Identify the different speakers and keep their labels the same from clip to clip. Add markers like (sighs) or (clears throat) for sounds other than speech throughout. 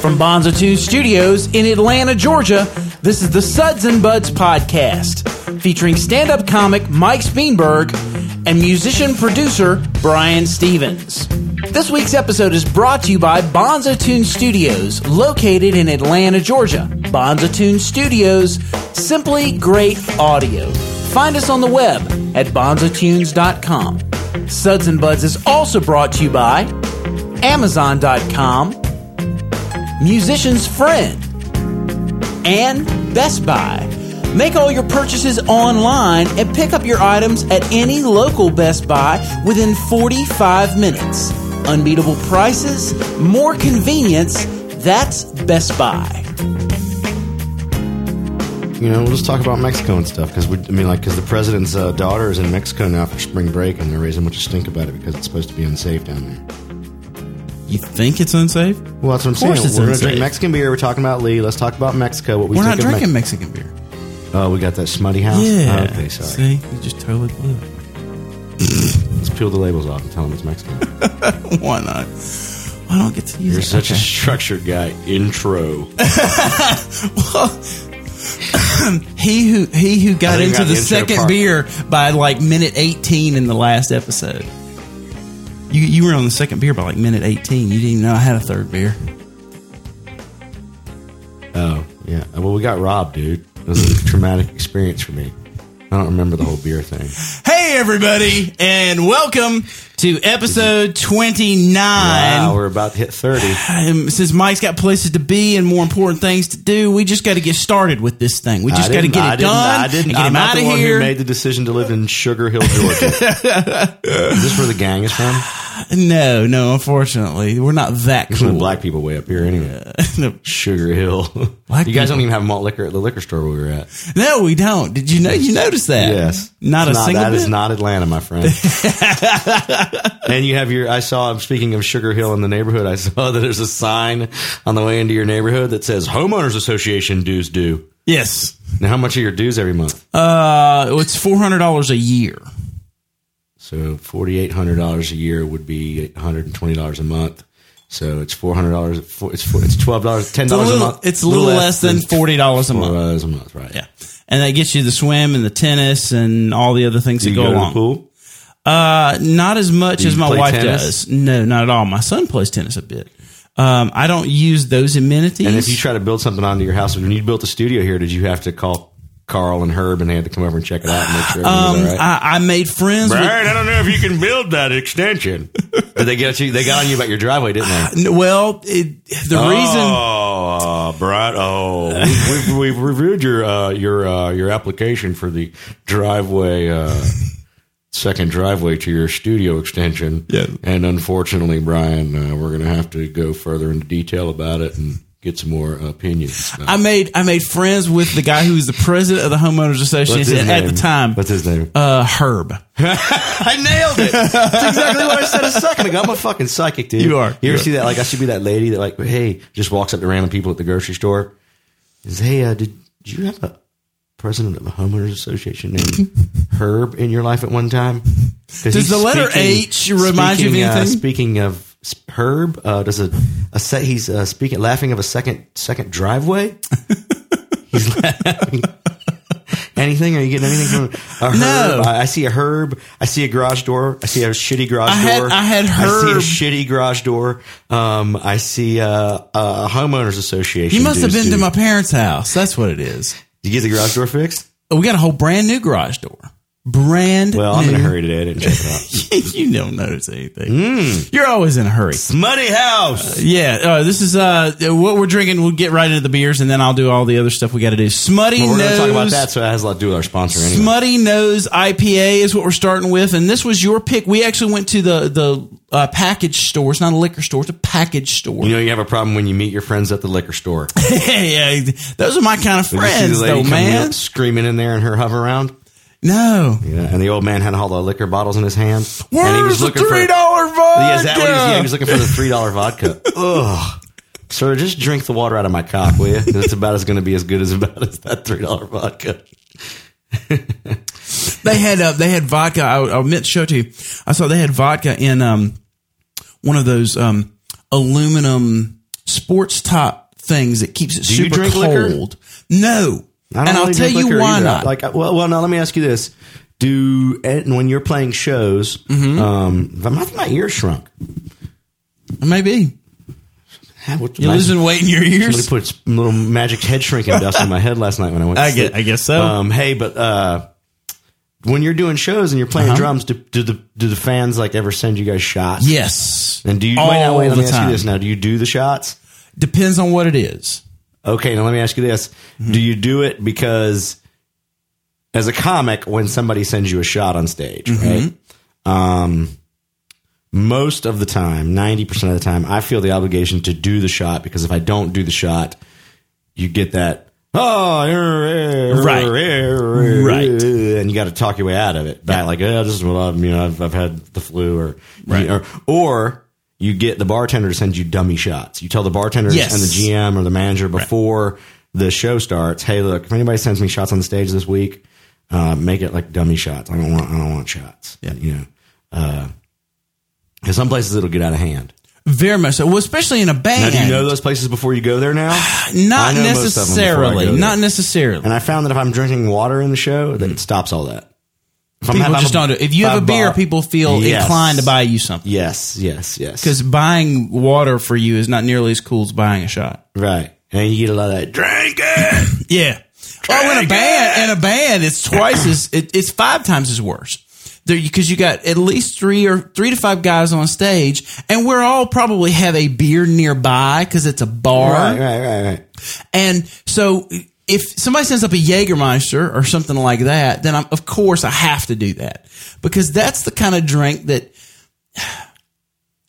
Speaker 1: From Bonza 2 Studios in Atlanta, Georgia, this is the Suds and Buds podcast featuring stand up comic Mike Speenberg and musician producer Brian Stevens. This week's episode is brought to you by Bonza Tune Studios, located in Atlanta, Georgia. Bonza Tune Studios, simply great audio. Find us on the web at bonzatunes.com. Suds and Buds is also brought to you by Amazon.com, Musician's Friend, and Best Buy. Make all your purchases online and pick up your items at any local Best Buy within 45 minutes. Unbeatable prices, more convenience. That's Best Buy.
Speaker 2: You know, we'll just talk about Mexico and stuff because we, I mean, like, because the president's uh, daughter is in Mexico now for spring break, and they're raising a bunch of stink about it because it's supposed to be unsafe down there.
Speaker 3: You think it's unsafe?
Speaker 2: Well, that's what I'm
Speaker 3: Of course
Speaker 2: saying.
Speaker 3: it's
Speaker 2: We're gonna
Speaker 3: unsafe.
Speaker 2: drink Mexican beer. We're talking about Lee. Let's talk about Mexico. What we
Speaker 3: We're not
Speaker 2: think of
Speaker 3: drinking Mexican beer.
Speaker 2: Mex- oh, we got that smutty house.
Speaker 3: Yeah.
Speaker 2: Oh, okay, sorry.
Speaker 3: See, you just totally blew it.
Speaker 2: Let's peel the labels off and tell them it's
Speaker 3: (laughs) (laughs)
Speaker 2: Mexican.
Speaker 3: Why not? I don't get to use
Speaker 2: You're
Speaker 3: it.
Speaker 2: such a
Speaker 3: Okay.
Speaker 2: structured guy. Intro.
Speaker 3: he who he who got
Speaker 2: think I
Speaker 3: into the
Speaker 2: got the intro
Speaker 3: second
Speaker 2: part.
Speaker 3: beer by like minute eighteen in the last episode. You you were on the second beer by like minute eighteen. You didn't even know I had a third beer.
Speaker 2: (laughs) Oh, yeah. Well, we got robbed, dude. It was a traumatic experience for me. I don't remember the whole beer thing.
Speaker 3: Hey everybody, and welcome to episode twenty nine.
Speaker 2: Wow, we're about to hit 30.
Speaker 3: Um, since Mike's got places to be and more important things to do, we just got to get started with this thing. We just
Speaker 2: I
Speaker 3: got to
Speaker 2: didn't-
Speaker 3: get it
Speaker 2: I didn't-
Speaker 3: done.
Speaker 2: I didn't.
Speaker 3: and get
Speaker 2: I'm
Speaker 3: him
Speaker 2: not
Speaker 3: out
Speaker 2: the
Speaker 3: of
Speaker 2: one
Speaker 3: here.
Speaker 2: who made the decision to live in Sugar Hill, Georgia.
Speaker 3: (laughs)
Speaker 2: Is this where the gang is from?
Speaker 3: no, no. Unfortunately, we're not that
Speaker 2: Some of (laughs)
Speaker 3: cool.
Speaker 2: the black people way up here, anyway.
Speaker 3: (laughs) no,
Speaker 2: Sugar Hill.
Speaker 3: Black
Speaker 2: you guys
Speaker 3: people.
Speaker 2: don't even have malt liquor at the liquor store where we were at.
Speaker 3: no, we don't. Did you know? You noticed that?
Speaker 2: Yes,
Speaker 3: Not
Speaker 2: It's
Speaker 3: a single
Speaker 2: That
Speaker 3: bit.
Speaker 2: is not Atlanta,
Speaker 3: (laughs)
Speaker 2: my friend. and you have your. I saw. Speaking of Sugar Hill in the neighborhood, I saw that there's a sign on the way into your neighborhood that says "Homeowners Association dues due."
Speaker 3: yes.
Speaker 2: Now, how much are your dues every month?
Speaker 3: Uh, it's four hundred dollars a year.
Speaker 2: So forty eight hundred dollars a year would be one hundred and twenty dollars a month. So it's four hundred dollars. It's four, it's twelve dollars, ten
Speaker 3: It's a
Speaker 2: dollars a
Speaker 3: little,
Speaker 2: month.
Speaker 3: it's a little less than forty dollars a
Speaker 2: four
Speaker 3: month.
Speaker 2: dollars a month, right?
Speaker 3: Yeah, and that gets you the swim and the tennis and all the other things
Speaker 2: Do you
Speaker 3: that go
Speaker 2: go, to the
Speaker 3: along.
Speaker 2: pool?
Speaker 3: Uh, not as much as
Speaker 2: you
Speaker 3: my
Speaker 2: play
Speaker 3: wife
Speaker 2: tennis?
Speaker 3: does. No, not at all. My son plays tennis a bit. Um, I don't use those amenities.
Speaker 2: And if you try to build something onto your house, when you built the studio here, did you have to call Carl and Herb and they had to come over and check it out and make sure everything was all right?
Speaker 3: Um, I, I made friends
Speaker 2: Brian, I don't know if you can build that (laughs) extension. Did they get you? They got on you about your driveway, didn't they?
Speaker 3: with. n- Well, it, the reason.
Speaker 2: Oh, uh, Brad. Oh, we've, we've, we've reviewed your uh, your uh, your application for the driveway uh, second driveway to your studio extension.
Speaker 3: Yeah.
Speaker 2: And unfortunately, Brian, uh, we're going to have to go further into detail about it and get some more opinions.
Speaker 3: I made I made friends with the guy who was the president of the homeowners association at the time.
Speaker 2: What's his name?
Speaker 3: Uh, Herb.
Speaker 2: (laughs) I nailed it. That's exactly what I said a second ago. I'm a fucking psychic, dude.
Speaker 3: You are.
Speaker 2: You ever
Speaker 3: You are.
Speaker 2: see that? Like, I should be that lady that, like, hey, just walks up to random people at the grocery store. Is hey, uh, did, did you have a president of a homeowners association
Speaker 3: (laughs)
Speaker 2: named Herb in your life at one time?
Speaker 3: Does the letter H remind you of
Speaker 2: speaking, uh,
Speaker 3: anything?
Speaker 2: speaking of s- Herb, uh, does a, a set? He's uh, speaking, laughing of a second second driveway. he's laughing. Anything? Are you getting anything from a herb?
Speaker 3: (laughs) No.
Speaker 2: I, I see a herb. I see a garage door. I see a shitty garage
Speaker 3: I had-
Speaker 2: door.
Speaker 3: I had herb.
Speaker 2: I see a shitty garage door. Um, I see uh, a homeowners association.
Speaker 3: You must have
Speaker 2: dues
Speaker 3: been to
Speaker 2: due.
Speaker 3: my parents' house. That's what it is.
Speaker 2: Did you get the garage door fixed?
Speaker 3: We got a whole brand new garage door. Brand
Speaker 2: Well, I'm
Speaker 3: new.
Speaker 2: in a hurry today. I didn't check it
Speaker 3: (laughs)
Speaker 2: out.
Speaker 3: you don't notice anything.
Speaker 2: Mm.
Speaker 3: You're always in a hurry.
Speaker 2: Smutty house.
Speaker 3: Yeah, uh, this is uh, what we're drinking. We'll get right into the beers, and then I'll do all the other stuff we got to do. Smutty
Speaker 2: We're going to
Speaker 3: nose,
Speaker 2: talk about that, so it has a lot to do with our sponsor anyway.
Speaker 3: Smutty nose IPA is what we're starting with, and this was your pick. We actually went to the the uh, package store. It's not a liquor store; it's a package store.
Speaker 2: you know, you have a problem when you meet your friends at the liquor store.
Speaker 3: (laughs) yeah, those are my kind of
Speaker 2: Did you see the
Speaker 3: friends,
Speaker 2: lady
Speaker 3: though,
Speaker 2: coming
Speaker 3: man.
Speaker 2: up screaming in there and her hover around.
Speaker 3: No,
Speaker 2: Yeah, and the old man had all the liquor bottles in his hand. and he
Speaker 3: where's
Speaker 2: was
Speaker 3: the
Speaker 2: looking for
Speaker 3: three dollar
Speaker 2: Yeah, is
Speaker 3: vodka?
Speaker 2: that what he was, yeah, he was looking for the three dollar vodka. Ugh. Sir, just drink the water out of my cock, will you? 'Cause It's about as going to be as good as about as that three dollar vodka.
Speaker 3: They had uh, they had vodka. I, I meant to show it to you. I saw they had vodka in um one of those um aluminum sports top things that keeps it
Speaker 2: you
Speaker 3: super
Speaker 2: drink
Speaker 3: cold.
Speaker 2: liquor?
Speaker 3: No.
Speaker 2: I
Speaker 3: and
Speaker 2: don't
Speaker 3: I'll
Speaker 2: really
Speaker 3: tell
Speaker 2: drink
Speaker 3: you
Speaker 2: liquor
Speaker 3: why
Speaker 2: either.
Speaker 3: not.
Speaker 2: Like, well, well, now let me ask you this: Do and when you're playing shows,
Speaker 3: Mm-hmm.
Speaker 2: um, my, my ear shrunk.
Speaker 3: Maybe.
Speaker 2: You're
Speaker 3: You're losing weight in (laughs) your
Speaker 2: Somebody
Speaker 3: ears.
Speaker 2: put s- little magic head shrinking dust in my head last night when I went. To
Speaker 3: I
Speaker 2: sleep.
Speaker 3: guess, I guess so.
Speaker 2: Um, hey, but uh, when you're doing shows and you're
Speaker 3: Uh-huh.
Speaker 2: playing drums, do, do the do the fans like ever send you guys shots?
Speaker 3: yes.
Speaker 2: And do you?
Speaker 3: All
Speaker 2: wait, now, wait, let
Speaker 3: the
Speaker 2: me ask
Speaker 3: time.
Speaker 2: you this. Now, do you do the shots?
Speaker 3: Depends on what it is.
Speaker 2: Okay, now let me ask you this:
Speaker 3: Hmm.
Speaker 2: Do you do it because, as a comic, when somebody sends you a shot on stage,
Speaker 3: Mm-hmm.
Speaker 2: right? Um, most of the time, ninety percent of the time, I feel the obligation to do the shot because if I don't do the shot, you get that oh eh, eh,
Speaker 3: Right.
Speaker 2: eh, eh,
Speaker 3: Right.
Speaker 2: eh," and you got to talk your way out of it. By like, oh, this is what I'm, you know, I've, I've had the flu, or
Speaker 3: Right.
Speaker 2: or or. You get the bartender to send you dummy shots. You tell the bartender
Speaker 3: Yes.
Speaker 2: and the GM GM or the manager before the show starts. Hey, look, if anybody sends me shots on the stage this week, uh, make it like dummy shots. I don't want, I don't want shots. Yeah. You know, because some places it'll get out of hand.
Speaker 3: Very much so. Well, especially in a
Speaker 2: Now,
Speaker 3: band.
Speaker 2: do you know those places before you go there now? I
Speaker 3: (sighs) Not
Speaker 2: know most of them before I go
Speaker 3: necessarily.
Speaker 2: there.
Speaker 3: Not necessarily.
Speaker 2: And I found that if I'm drinking water in the show, that it stops all that. If I'm-
Speaker 3: people
Speaker 2: if I'm
Speaker 3: just
Speaker 2: a-
Speaker 3: don't do it. If you have a
Speaker 2: I'm
Speaker 3: beer,
Speaker 2: bar-
Speaker 3: people feel
Speaker 2: Yes.
Speaker 3: inclined to buy you something.
Speaker 2: Yes, yes, yes.
Speaker 3: Because buying water for you is not nearly as cool as buying a shot.
Speaker 2: right, and you get a lot of that. Drink it.
Speaker 3: Yeah. oh, in a band, in a band, it's twice as it, it's five times as worse. There, because you got at least three or three to five guys on stage, and we're all probably have a beer nearby because it's a bar.
Speaker 2: right, right, right, right.
Speaker 3: And so if somebody sends up a Jägermeister or something like that, then I'm, of course I have to do that because that's the kind of drink that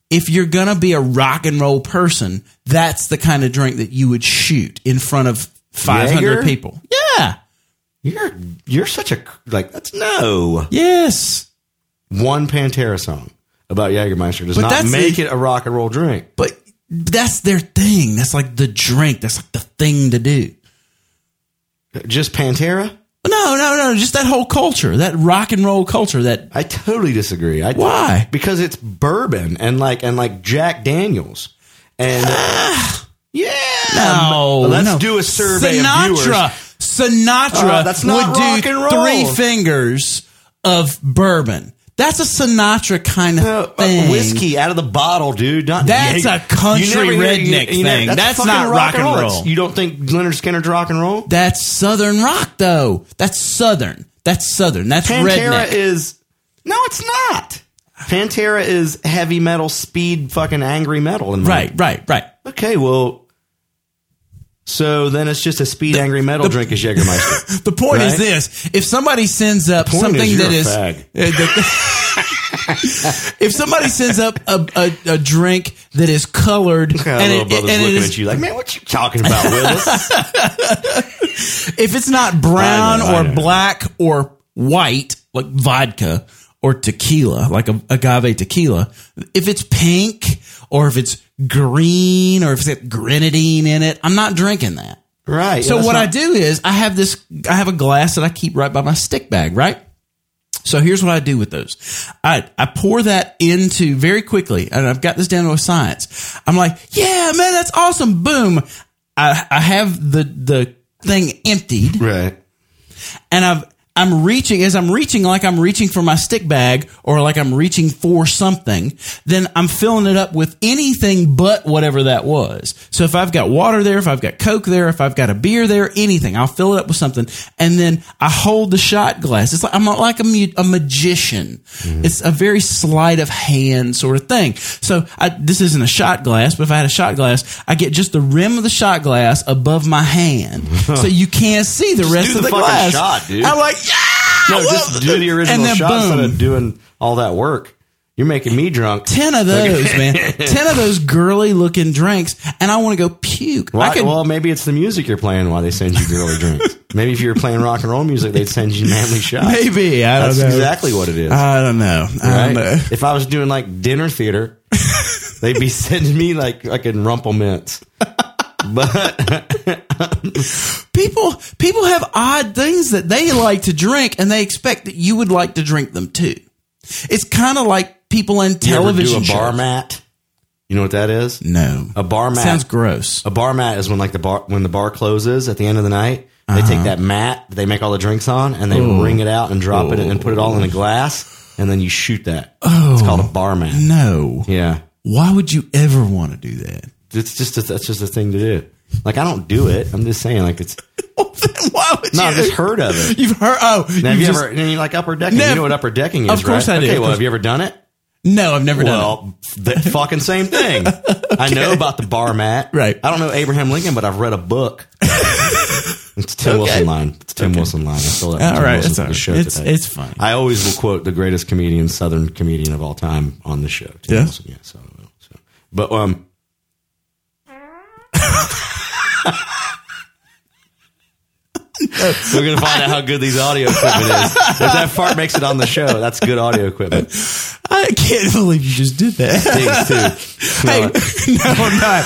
Speaker 3: if you're going to be a rock and roll person, that's the kind of drink that you would shoot in front of 500
Speaker 2: Jaeger?
Speaker 3: people. Yeah.
Speaker 2: You're you're such a like. That's no.
Speaker 3: Yes.
Speaker 2: one Pantera song about Jägermeister does
Speaker 3: But
Speaker 2: not
Speaker 3: that's
Speaker 2: make
Speaker 3: the-
Speaker 2: it a rock and roll drink.
Speaker 3: But that's their thing. That's like the drink. That's like the thing to do.
Speaker 2: Just Pantera?
Speaker 3: No, no, no. Just that whole culture, that rock and roll culture, that
Speaker 2: I totally disagree. I,
Speaker 3: Why?
Speaker 2: Because it's bourbon and like and like Jack Daniels
Speaker 3: (sighs)
Speaker 2: and yeah.
Speaker 3: No,
Speaker 2: let's
Speaker 3: no.
Speaker 2: do a survey of
Speaker 3: Sinatra,
Speaker 2: viewers.
Speaker 3: Sinatra
Speaker 2: Oh, that's not
Speaker 3: would
Speaker 2: rock
Speaker 3: do
Speaker 2: and roll.
Speaker 3: three fingers of bourbon. That's a Sinatra kind of
Speaker 2: Uh,
Speaker 3: thing.
Speaker 2: whiskey out of the bottle, dude. Not
Speaker 3: That's
Speaker 2: Jaeger.
Speaker 3: a country
Speaker 2: You never hear-
Speaker 3: redneck thing. That's
Speaker 2: fucking
Speaker 3: not rock and
Speaker 2: That's-
Speaker 3: roll.
Speaker 2: You don't think Leonard Skinner's rock and roll?
Speaker 3: That's southern rock, though. That's southern. That's southern. That's
Speaker 2: Pantera
Speaker 3: redneck.
Speaker 2: is no, it's not. Pantera is heavy metal, speed, fucking angry metal. In my
Speaker 3: right, right, right.
Speaker 2: Okay, well, so then it's just a speed angry metal drink
Speaker 3: (laughs)
Speaker 2: is Jägermeister.
Speaker 3: The point is
Speaker 2: Right?
Speaker 3: this: if somebody sends up
Speaker 2: point
Speaker 3: something
Speaker 2: is you're
Speaker 3: that
Speaker 2: a
Speaker 3: is,
Speaker 2: fag.
Speaker 3: uh, that- (laughs) if somebody sends up a, a, a drink that is colored
Speaker 2: My little
Speaker 3: and, it,
Speaker 2: brother's
Speaker 3: and it
Speaker 2: looking
Speaker 3: is
Speaker 2: at you like, man, what you talking about,
Speaker 3: (laughs)
Speaker 2: Willis?
Speaker 3: if it's not brown
Speaker 2: I know, I
Speaker 3: or
Speaker 2: know.
Speaker 3: black or white, like vodka or tequila, like a, agave tequila, if it's pink or if it's green or if it's got grenadine in it, I'm not drinking that.
Speaker 2: right.
Speaker 3: So
Speaker 2: that's
Speaker 3: what
Speaker 2: not-
Speaker 3: I do is I have this, I have a glass that I keep right by my stick bag, right? So here's what I do with those. I, I pour that into very quickly and I've got this down to a science. I'm like, yeah, man, that's awesome. Boom. I, I have the, the thing emptied
Speaker 2: right.
Speaker 3: and I've I'm reaching as I'm reaching like I'm reaching for my stick bag or like I'm reaching for something, then I'm filling it up with anything but whatever that was. So if I've got water there, if I've got Coke there, if I've got a beer there, anything, I'll fill it up with something, and then I hold the shot glass. It's like I'm like a, mu- a magician. It's a very sleight of hand sort of thing. So I, this isn't a shot glass, but if I had a shot glass, I get just the rim of the shot glass above my hand, so you can't see the rest
Speaker 2: do
Speaker 3: of the,
Speaker 2: the fucking
Speaker 3: glass.
Speaker 2: shot, dude.
Speaker 3: I'm like, yeah, I
Speaker 2: No,
Speaker 3: love
Speaker 2: just do the
Speaker 3: it."
Speaker 2: original
Speaker 3: and then
Speaker 2: shot
Speaker 3: boom,
Speaker 2: instead of doing all that work. You're making me drunk.
Speaker 3: ten of those,
Speaker 2: (laughs)
Speaker 3: man, ten of those girly looking drinks, and I want to go puke.
Speaker 2: Why-
Speaker 3: I could,
Speaker 2: well, maybe it's the music you're playing while they send you girly
Speaker 3: (laughs)
Speaker 2: drinks. Maybe if you were playing rock and roll music, they'd send you manly shots.
Speaker 3: maybe I don't
Speaker 2: That's
Speaker 3: know.
Speaker 2: exactly what it is.
Speaker 3: I don't know. I don't
Speaker 2: right?
Speaker 3: know.
Speaker 2: If I was doing like
Speaker 3: (laughs)
Speaker 2: dinner theater, they'd be sending me like like in rumple mints. But
Speaker 3: People people have odd things that they like to drink, and they expect that you would like to drink them too. It's kind of like people in
Speaker 2: you ever do
Speaker 3: television
Speaker 2: a bar
Speaker 3: shows.
Speaker 2: mat. You know what that is?
Speaker 3: No.
Speaker 2: A bar mat.
Speaker 3: Sounds gross.
Speaker 2: a bar mat is when like the bar when the bar closes at the end of the night. They
Speaker 3: Uh-huh.
Speaker 2: take that mat that they make all the drinks on and they wring it out and drop it and put it all in a glass and then you shoot that. It's
Speaker 3: Oh.
Speaker 2: called a bar mat.
Speaker 3: No.
Speaker 2: Yeah,
Speaker 3: Why would you ever want to do that? (laughs)
Speaker 2: it's just a, that's just a thing to do. Like I don't do it. I'm just saying. Like it's
Speaker 3: Why would
Speaker 2: no,
Speaker 3: you?
Speaker 2: I've just heard of
Speaker 3: (laughs)
Speaker 2: it.
Speaker 3: You've heard? Oh,
Speaker 2: Now, have
Speaker 3: you
Speaker 2: you,
Speaker 3: just-
Speaker 2: ever? And you like upper decking?
Speaker 3: Nev-
Speaker 2: you know what upper decking is,
Speaker 3: Of course
Speaker 2: right?
Speaker 3: I do.
Speaker 2: Okay,
Speaker 3: Of
Speaker 2: well,
Speaker 3: course-
Speaker 2: have you ever done it?
Speaker 3: no, I've never done
Speaker 2: Well, the fucking same thing.
Speaker 3: (laughs)
Speaker 2: I know about the bar mat.
Speaker 3: Right.
Speaker 2: I don't know Abraham Lincoln, but I've read a book. it's Tim Wilson line. It's Tim Wilson line. I still have
Speaker 3: it. All
Speaker 2: Tim
Speaker 3: right,
Speaker 2: Wilson
Speaker 3: it's
Speaker 2: for
Speaker 3: all
Speaker 2: the
Speaker 3: right.
Speaker 2: show
Speaker 3: It's
Speaker 2: today.
Speaker 3: it's fine.
Speaker 2: I always will quote the greatest comedian, Southern comedian of all time, on the show. Tim
Speaker 3: Yeah?
Speaker 2: Wilson, yeah so, so.
Speaker 3: (laughs)
Speaker 2: But um, we're gonna find out how good these audio equipment is. If that fart makes it on the show, that's good audio equipment.
Speaker 3: I can't believe you just did that. (laughs)
Speaker 2: Things too.
Speaker 3: Hey,
Speaker 2: No,
Speaker 3: (laughs) no, I'm not.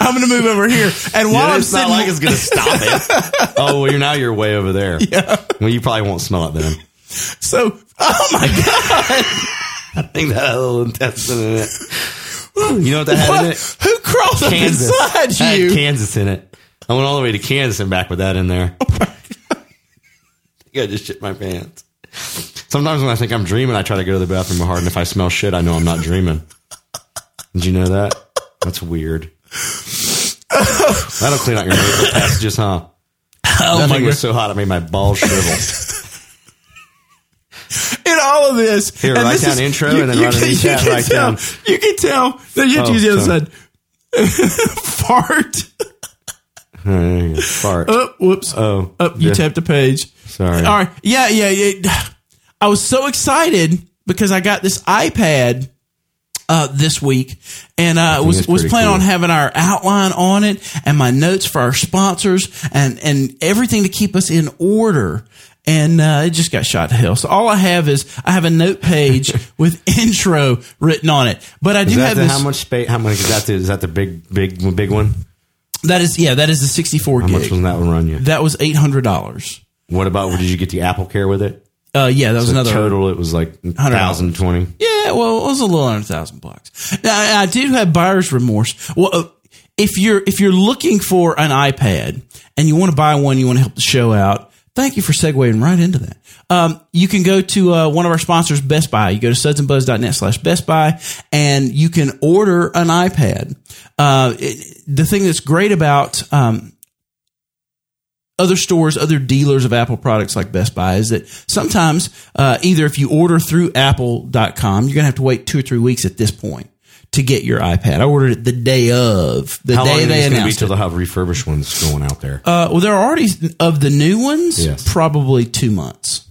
Speaker 3: I'm going to move over here. And while
Speaker 2: Yeah,
Speaker 3: I'm
Speaker 2: it's not
Speaker 3: sitting, (laughs)
Speaker 2: like it's gonna stop it. oh well, you're now you're way over there. Yeah. Well, you probably won't smell it then.
Speaker 3: so oh
Speaker 2: (laughs)
Speaker 3: my god,
Speaker 2: I think that had a little intestine in it. You know what that had in it?
Speaker 3: who crawled up
Speaker 2: Kansas. That
Speaker 3: inside
Speaker 2: had
Speaker 3: you?
Speaker 2: Kansas in it. I went all the way to Kansas and back with that
Speaker 3: (laughs)
Speaker 2: in there.
Speaker 3: Oh
Speaker 2: I think I just shit my pants. Sometimes when I think I'm dreaming, I try to go to the bathroom hard, and if I smell shit, I know I'm not dreaming. Did you know that? That's weird. That'll clean out your nasal passages, huh?
Speaker 3: Oh
Speaker 2: That
Speaker 3: my
Speaker 2: thing
Speaker 3: god!
Speaker 2: was so hot it made my
Speaker 3: (laughs)
Speaker 2: balls shrivel.
Speaker 3: In all of this,
Speaker 2: Here,
Speaker 3: and
Speaker 2: write
Speaker 3: this
Speaker 2: down intro and then write an
Speaker 3: you
Speaker 2: exact
Speaker 3: can
Speaker 2: write
Speaker 3: tell,
Speaker 2: down.
Speaker 3: You can tell that you have to
Speaker 2: Oh,
Speaker 3: use the other
Speaker 2: sorry.
Speaker 3: side. (laughs) Fart.
Speaker 2: Oh, there you go. Fart.
Speaker 3: Oh, whoops.
Speaker 2: Oh,
Speaker 3: Oh, you
Speaker 2: yeah.
Speaker 3: tapped a page.
Speaker 2: Sorry.
Speaker 3: All right. Yeah, yeah, yeah. (sighs) I was so excited because I got this iPad uh, this week and uh, was
Speaker 2: that's
Speaker 3: was
Speaker 2: pretty
Speaker 3: planning on
Speaker 2: cool.
Speaker 3: having our outline on it and my notes for our sponsors and and everything to keep us in order. And uh, it just got shot to hell. So all I have is I have a note
Speaker 2: (laughs)
Speaker 3: page with intro written on it. But I do
Speaker 2: Is that
Speaker 3: have
Speaker 2: the,
Speaker 3: this.
Speaker 2: how much space? How much is that? The, is that the big, big, big one?
Speaker 3: that is yeah. That is the sixty four
Speaker 2: How much
Speaker 3: gig.
Speaker 2: was that one run you?
Speaker 3: That was eight hundred dollars.
Speaker 2: What about? Did you get the Apple Care with it?
Speaker 3: Uh, yeah, that was another
Speaker 2: total. It was like thousand twenty.
Speaker 3: Yeah, well, it was a little under thousand bucks. Now, I I do have buyer's remorse. Well, uh, if you're if you're looking for an iPad and you want to buy one, you want to help the show out. Thank you for segueing right into that. Um, you can go to uh, one of our sponsors, Best Buy. You go to sudsandbuzz.net slash Best Buy, and you can order an iPad. Uh, it, the thing that's great about um, other stores, other dealers of Apple products like Best Buy is that sometimes uh, either if you order through apple.com, you're going to have to wait two or three weeks at this point to get your iPad. I ordered it the day of, the
Speaker 2: How long
Speaker 3: day
Speaker 2: is
Speaker 3: they
Speaker 2: it going to be
Speaker 3: announced
Speaker 2: till
Speaker 3: it.
Speaker 2: they have refurbished ones going out there?
Speaker 3: Uh, well, there are already of the new ones,
Speaker 2: Yes.
Speaker 3: probably two months.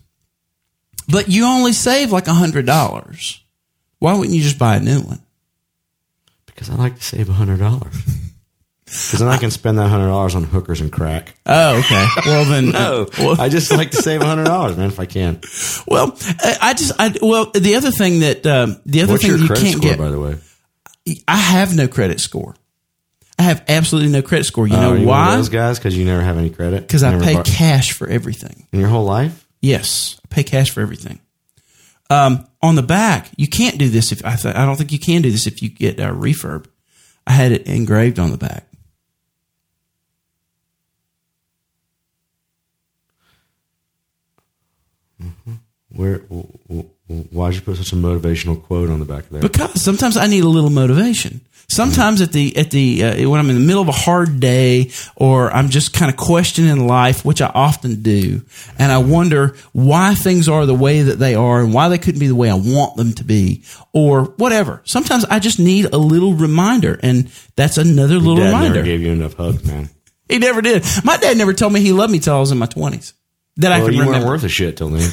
Speaker 3: But you only save like $100. Why wouldn't you just buy a new one?
Speaker 2: Because I like to save hundred (laughs) dollars. Because then I can spend that hundred dollars on hookers and crack.
Speaker 3: Oh, okay.
Speaker 2: (laughs)
Speaker 3: Well, then. uh,
Speaker 2: No,
Speaker 3: Well,
Speaker 2: I just like to save hundred dollars, man, if I can.
Speaker 3: well, uh, I I just, I, well, the other thing that, um, the other
Speaker 2: What's
Speaker 3: thing
Speaker 2: your
Speaker 3: you
Speaker 2: credit
Speaker 3: can't
Speaker 2: score,
Speaker 3: get.
Speaker 2: by the way?
Speaker 3: I have no credit score. I have absolutely no credit score. You
Speaker 2: Are
Speaker 3: know
Speaker 2: Oh, you One of
Speaker 3: why?
Speaker 2: those guys, because you never have any credit.
Speaker 3: Because I
Speaker 2: Never
Speaker 3: pay
Speaker 2: bar-
Speaker 3: cash for everything.
Speaker 2: in your whole life.
Speaker 3: Yes, I pay cash for everything. Um, on the back, you can't do this if I, th- I don't think you can do this if you get a refurb. I had it engraved on the back.
Speaker 2: Where? W- w- w- why'd you put such a motivational quote on the back of there?
Speaker 3: because sometimes I need a little motivation. Sometimes at the at the uh, when I'm in the middle of a hard day or I'm just kind of questioning life, which I often do, and I wonder why things are the way that they are and why they couldn't be the way I want them to be or whatever. Sometimes I just need a little reminder, and that's another little
Speaker 2: Dad
Speaker 3: reminder.
Speaker 2: never gave you enough hugs, man.
Speaker 3: he never did. My dad never told me he loved me till I was in my twenties. That I
Speaker 2: Well,
Speaker 3: can
Speaker 2: you weren't
Speaker 3: remember.
Speaker 2: worth a shit
Speaker 3: (laughs)
Speaker 2: till then.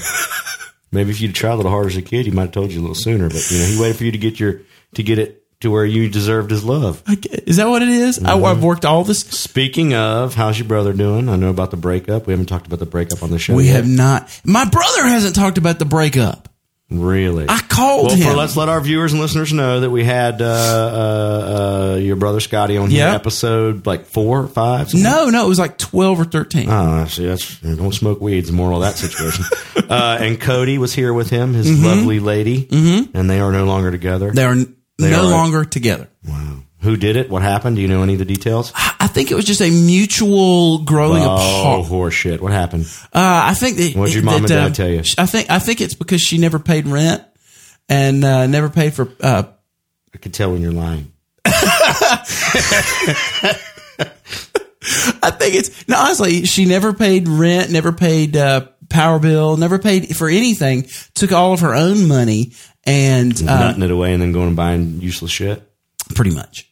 Speaker 2: Maybe if you'd tried a little harder as a kid, he might have told you a little sooner. But you know, he waited for you to get your to get it to where you deserved his love.
Speaker 3: I get- Is that what it is?
Speaker 2: Mm-hmm.
Speaker 3: I, I've worked all this.
Speaker 2: Speaking of, how's your brother doing? I know about the breakup. We haven't talked about the breakup on the show.
Speaker 3: We
Speaker 2: yet.
Speaker 3: have not. My brother hasn't talked about the breakup.
Speaker 2: really.
Speaker 3: I called
Speaker 2: well,
Speaker 3: him.
Speaker 2: for, let's let our viewers and listeners know that we had uh, uh, uh, your brother Scotty on here
Speaker 3: Yeah.
Speaker 2: episode like four, five. something
Speaker 3: No, no, it was like twelve or thirteen.
Speaker 2: Oh, see, that's don't smoke weeds. Moral of that
Speaker 3: (laughs)
Speaker 2: situation.
Speaker 3: Mm-hmm.
Speaker 2: uh, and Cody was here with him, his lovely lady, mm-hmm. and they are no longer together.
Speaker 3: they are no
Speaker 2: are-
Speaker 3: longer together.
Speaker 2: Wow. Who did it? What happened? Do you know any of the details?
Speaker 3: I think it was just a mutual growing apart.
Speaker 2: Oh, horse shit. What happened?
Speaker 3: Uh, I think that.
Speaker 2: What'd your mom
Speaker 3: that,
Speaker 2: and dad
Speaker 3: uh,
Speaker 2: tell you?
Speaker 3: I think I think it's because she never paid rent and uh, never paid for. Uh,
Speaker 2: I could tell when you're lying.
Speaker 3: I think it's no. Honestly, she never paid rent, never paid uh, power bill, never paid for anything. Took all of her own money and uh,
Speaker 2: Nutting it away and then going and buying useless shit.
Speaker 3: pretty much.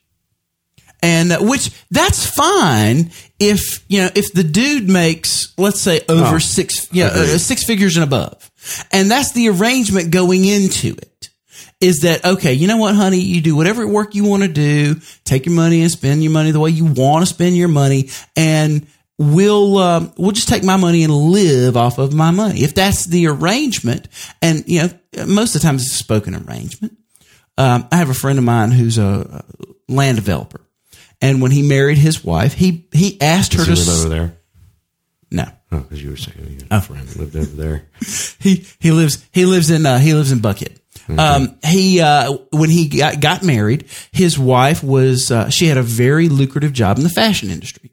Speaker 3: And uh, which that's fine if you know if the dude makes let's say over
Speaker 2: Oh,
Speaker 3: six yeah uh,
Speaker 2: agreed.
Speaker 3: six figures and above, and that's the arrangement going into it. Is that okay? You know what, honey? You do whatever work you want to do. Take your money and spend your money the way you want to spend your money, and we'll um, we'll just take my money and live off of my money. If that's the arrangement, and you know, most of the time it's a spoken arrangement. Um, I have a friend of mine who's a uh, land developer, and when he married his wife, he he asked her
Speaker 2: Does
Speaker 3: to
Speaker 2: he live
Speaker 3: s-
Speaker 2: over there?
Speaker 3: no
Speaker 2: Oh, because you were saying your friend lived over there.
Speaker 3: he he lives he lives in uh, he lives in Bucket. Um, he uh, when he got, got married, his wife was uh, she had a very lucrative job in the fashion industry,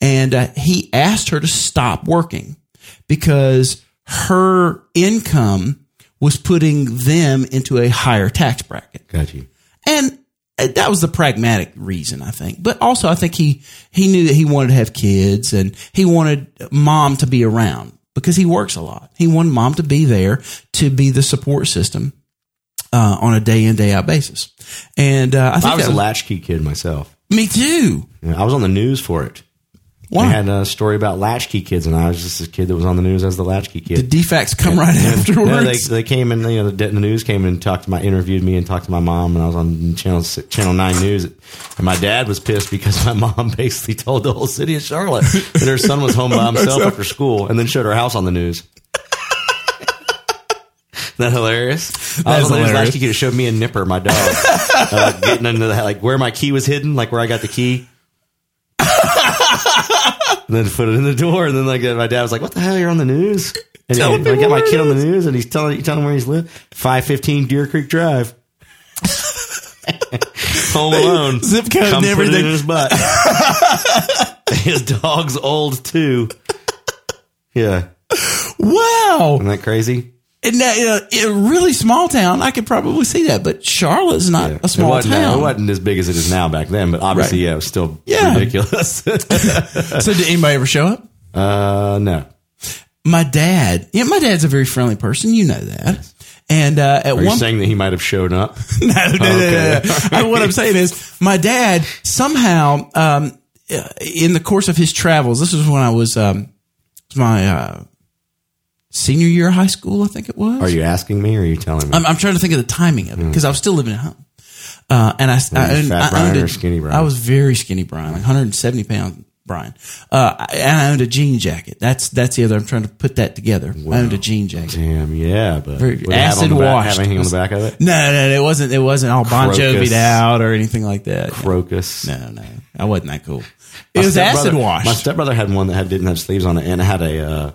Speaker 3: and uh, he asked her to stop working because her income was putting them into a higher tax bracket.
Speaker 2: Got you.
Speaker 3: And uh, that was the pragmatic reason, I think. But also, I think he, he knew that he wanted to have kids and he wanted mom to be around because he works a lot. He wanted mom to be there to be the support system uh, on a day in, day out basis. And uh, I think
Speaker 2: I was
Speaker 3: that-
Speaker 2: a latchkey kid myself.
Speaker 3: me too.
Speaker 2: Yeah, I was on the news for it.
Speaker 3: Why?
Speaker 2: They had a story about latchkey kids, and I was just a kid that was on the news as the latchkey kid.
Speaker 3: the defects come right (laughs) afterwards.
Speaker 2: No, they, they came and you know the, the news came and talked to my interviewed me and talked to my mom and I was on channel Si- channel nine news and my dad was pissed because my mom (laughs) basically told the whole city of Charlotte that her son was
Speaker 3: (laughs)
Speaker 2: home by himself after school and then showed her house on the news. (laughs) Isn't that hilarious? I
Speaker 3: That
Speaker 2: was
Speaker 3: is
Speaker 2: on the news
Speaker 3: hilarious.
Speaker 2: last year. It showed me and Nipper,
Speaker 3: (laughs)
Speaker 2: my dog, uh, getting into the like where my key was hidden, like where I got the key. And then put it in the door. And then like uh, my dad was like, "What the hell? You're on the news." And
Speaker 3: Telling
Speaker 2: he- I
Speaker 3: people
Speaker 2: got my
Speaker 3: where it
Speaker 2: kid on the news, and he's telling you telling him where he's lived. Five fifteen Deer
Speaker 3: (laughs)
Speaker 2: Creek Drive. Home alone.
Speaker 3: zip code and
Speaker 2: Come put it
Speaker 3: everything.
Speaker 2: in his butt. (laughs) his dog's old too. Yeah,
Speaker 3: wow.
Speaker 2: isn't that crazy?
Speaker 3: In that, uh, in a, in a really small town, I could probably see that, but Charlotte's not a
Speaker 2: it
Speaker 3: small
Speaker 2: wasn't,
Speaker 3: town.
Speaker 2: It wasn't as big as it is now back then, but obviously,
Speaker 3: Right.
Speaker 2: yeah, it was still
Speaker 3: Yeah.
Speaker 2: ridiculous. (laughs)
Speaker 3: So did anybody ever show up?
Speaker 2: uh, no.
Speaker 3: my dad, yeah, my dad's a very friendly person. You know that. And uh, at
Speaker 2: Are you
Speaker 3: one
Speaker 2: saying that he might have shown up?
Speaker 3: (laughs) no, no, no, no, no. (laughs) I- what I'm saying is, my dad somehow, um, uh, in the course of his travels, this was when I was um, my uh, senior year of high school, I think it was.
Speaker 2: Are you asking me or are you telling me?
Speaker 3: I'm, I'm trying to think of the timing of it because I was still living at home. Uh, and I, I,
Speaker 2: you
Speaker 3: owned,
Speaker 2: fat
Speaker 3: I owned
Speaker 2: Brian
Speaker 3: a-
Speaker 2: or skinny Brian?
Speaker 3: I was very skinny Brian, like 170 pound Brian. Uh, I- and I owned a jean jacket. That's that's the other. I'm trying to put that together. I owned a jean jacket.
Speaker 2: Damn, yeah, but
Speaker 3: Very-
Speaker 2: would it have on
Speaker 3: acid
Speaker 2: the back-
Speaker 3: washed.
Speaker 2: Have anything on the back of it?
Speaker 3: (laughs) No, no, no, it wasn't. It wasn't all Bon
Speaker 2: Crocus.
Speaker 3: Jovi'd out or anything like that.
Speaker 2: Crocus.
Speaker 3: No, no, I wasn't that cool. It
Speaker 2: My
Speaker 3: was
Speaker 2: stepbrother-
Speaker 3: acid
Speaker 2: My
Speaker 3: washed.
Speaker 2: stepbrother had one that had, didn't have sleeves on it and it had a uh,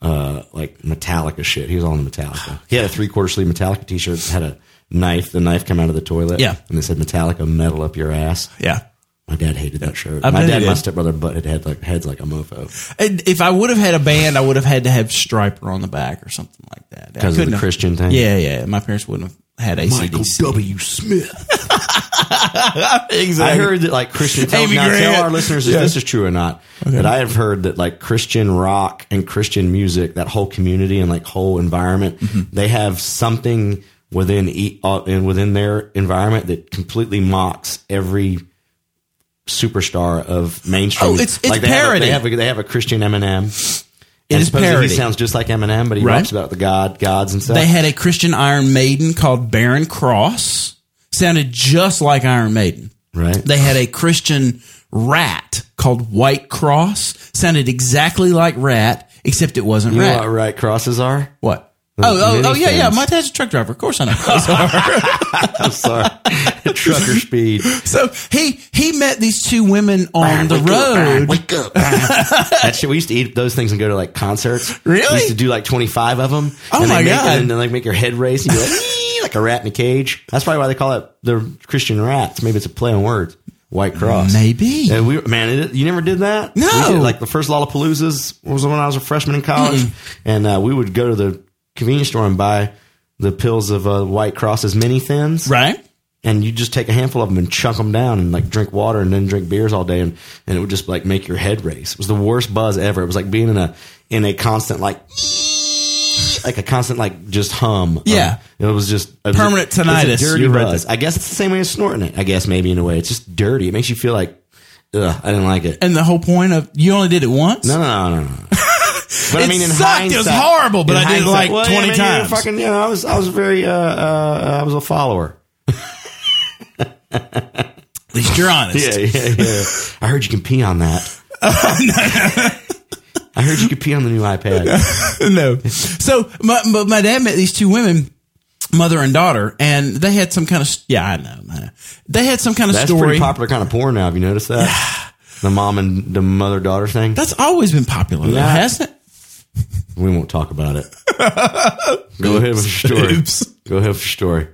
Speaker 2: uh, like Metallica shit. He was all in Metallica. He had a three quarter sleeve Metallica t shirt. Had a knife. The knife come out of the toilet.
Speaker 3: Yeah.
Speaker 2: and it said Metallica metal up your ass.
Speaker 3: Yeah.
Speaker 2: My dad hated that shirt.
Speaker 3: I
Speaker 2: my
Speaker 3: bet he
Speaker 2: dad, and my
Speaker 3: did.
Speaker 2: stepbrother, butted head like heads like a mofo
Speaker 3: And if I would have had a band, I would have had to have striper on the back or something like that. I
Speaker 2: because of
Speaker 3: couldn't
Speaker 2: the
Speaker 3: have-
Speaker 2: Christian thing.
Speaker 3: Yeah, yeah. My parents wouldn't have had ACDC.
Speaker 2: W. Smith. I
Speaker 3: (laughs) Exactly.
Speaker 2: heard that like Christian. Tell,
Speaker 3: Amy
Speaker 2: now
Speaker 3: Grant.
Speaker 2: tell our listeners if this is true or not. But I have heard that like Christian rock and Christian music, that whole community and like whole environment,
Speaker 3: Mm-hmm.
Speaker 2: they have something within e- uh, and within their environment that completely mocks every superstar of mainstream.
Speaker 3: Oh, it's- it's
Speaker 2: they have a-
Speaker 3: parody.
Speaker 2: they have a, they have a Christian Eminem.
Speaker 3: It
Speaker 2: And
Speaker 3: is
Speaker 2: supposedly
Speaker 3: parody.
Speaker 2: He sounds just like Eminem, but he
Speaker 3: Right.
Speaker 2: raps about the god gods and stuff.
Speaker 3: They had a Christian Iron Maiden called Baron Cross. Sounded just like Iron Maiden.
Speaker 2: right.
Speaker 3: They had a Christian rat called White Cross. Sounded exactly like rat, except it wasn't
Speaker 2: you know
Speaker 3: rat.
Speaker 2: what right crosses are?
Speaker 3: What? Oh,
Speaker 2: many
Speaker 3: oh, oh, yeah, yeah.
Speaker 2: things.
Speaker 3: My dad's a truck driver. Of course I
Speaker 2: (laughs)
Speaker 3: know. (laughs)
Speaker 2: I'm sorry. Trucker speed.
Speaker 3: so he he met these two women
Speaker 2: (laughs)
Speaker 3: on the
Speaker 2: Wake up, Brian.
Speaker 3: road.
Speaker 2: wake up. Brian. (laughs) that shit, we used to eat those things and go to like concerts.
Speaker 3: Really?
Speaker 2: We used to do like 25 of them.
Speaker 3: Oh
Speaker 2: and they
Speaker 3: my
Speaker 2: make,
Speaker 3: God.
Speaker 2: And then like make your head race and you're like, "Ee, like a rat in a cage. That's probably why they call it the Christian rats. Maybe it's a play on words. White cross.
Speaker 3: Maybe.
Speaker 2: And we man, it, you never did that.
Speaker 3: No.
Speaker 2: We did, like the first Lollapaloozas was when I was a freshman in college, and uh, we would go to the convenience store and buy the pills of uh, White Cross's mini thins
Speaker 3: Right?
Speaker 2: and you just take a handful of them and chunk them down and like drink water and then drink beers all day and, and it would just like make your head race. It was the worst buzz ever. It was like being in a in a constant like like a constant like just hum.
Speaker 3: Yeah.
Speaker 2: Um, it was just it was a-
Speaker 3: Permanent
Speaker 2: it's a
Speaker 3: tinnitus.
Speaker 2: dirty
Speaker 3: You read
Speaker 2: buzz. I guess it's the same way as snorting it. I guess maybe in a way it's just dirty. It makes you feel like ugh, I didn't like it.
Speaker 3: And the whole point of you only did it once?
Speaker 2: No, no, no, no, no.
Speaker 3: (laughs)
Speaker 2: But
Speaker 3: It sucked. It was horrible, but
Speaker 2: in
Speaker 3: I did it, like,
Speaker 2: hindsight-
Speaker 3: 20
Speaker 2: yeah, man, you
Speaker 3: times.
Speaker 2: Fucking, you know, I was, I was very, uh, uh, I was a follower.
Speaker 3: At least you're honest.
Speaker 2: Yeah, yeah, yeah. (laughs) I heard you can pee on that. I heard you could pee on the new iPad.
Speaker 3: (laughs) no. So my, my my dad met these two women, mother and daughter, and they had some kind of yeah I know, I know. they had some kind of
Speaker 2: That's
Speaker 3: story.
Speaker 2: pretty popular kind of porn now. Have you noticed that? the mom and the mother daughter thing.
Speaker 3: That's always been popular, though,
Speaker 2: Yeah.
Speaker 3: hasn't it?
Speaker 2: We won't talk about it. Go ahead with your story.
Speaker 3: Oops.
Speaker 2: Go ahead with your story.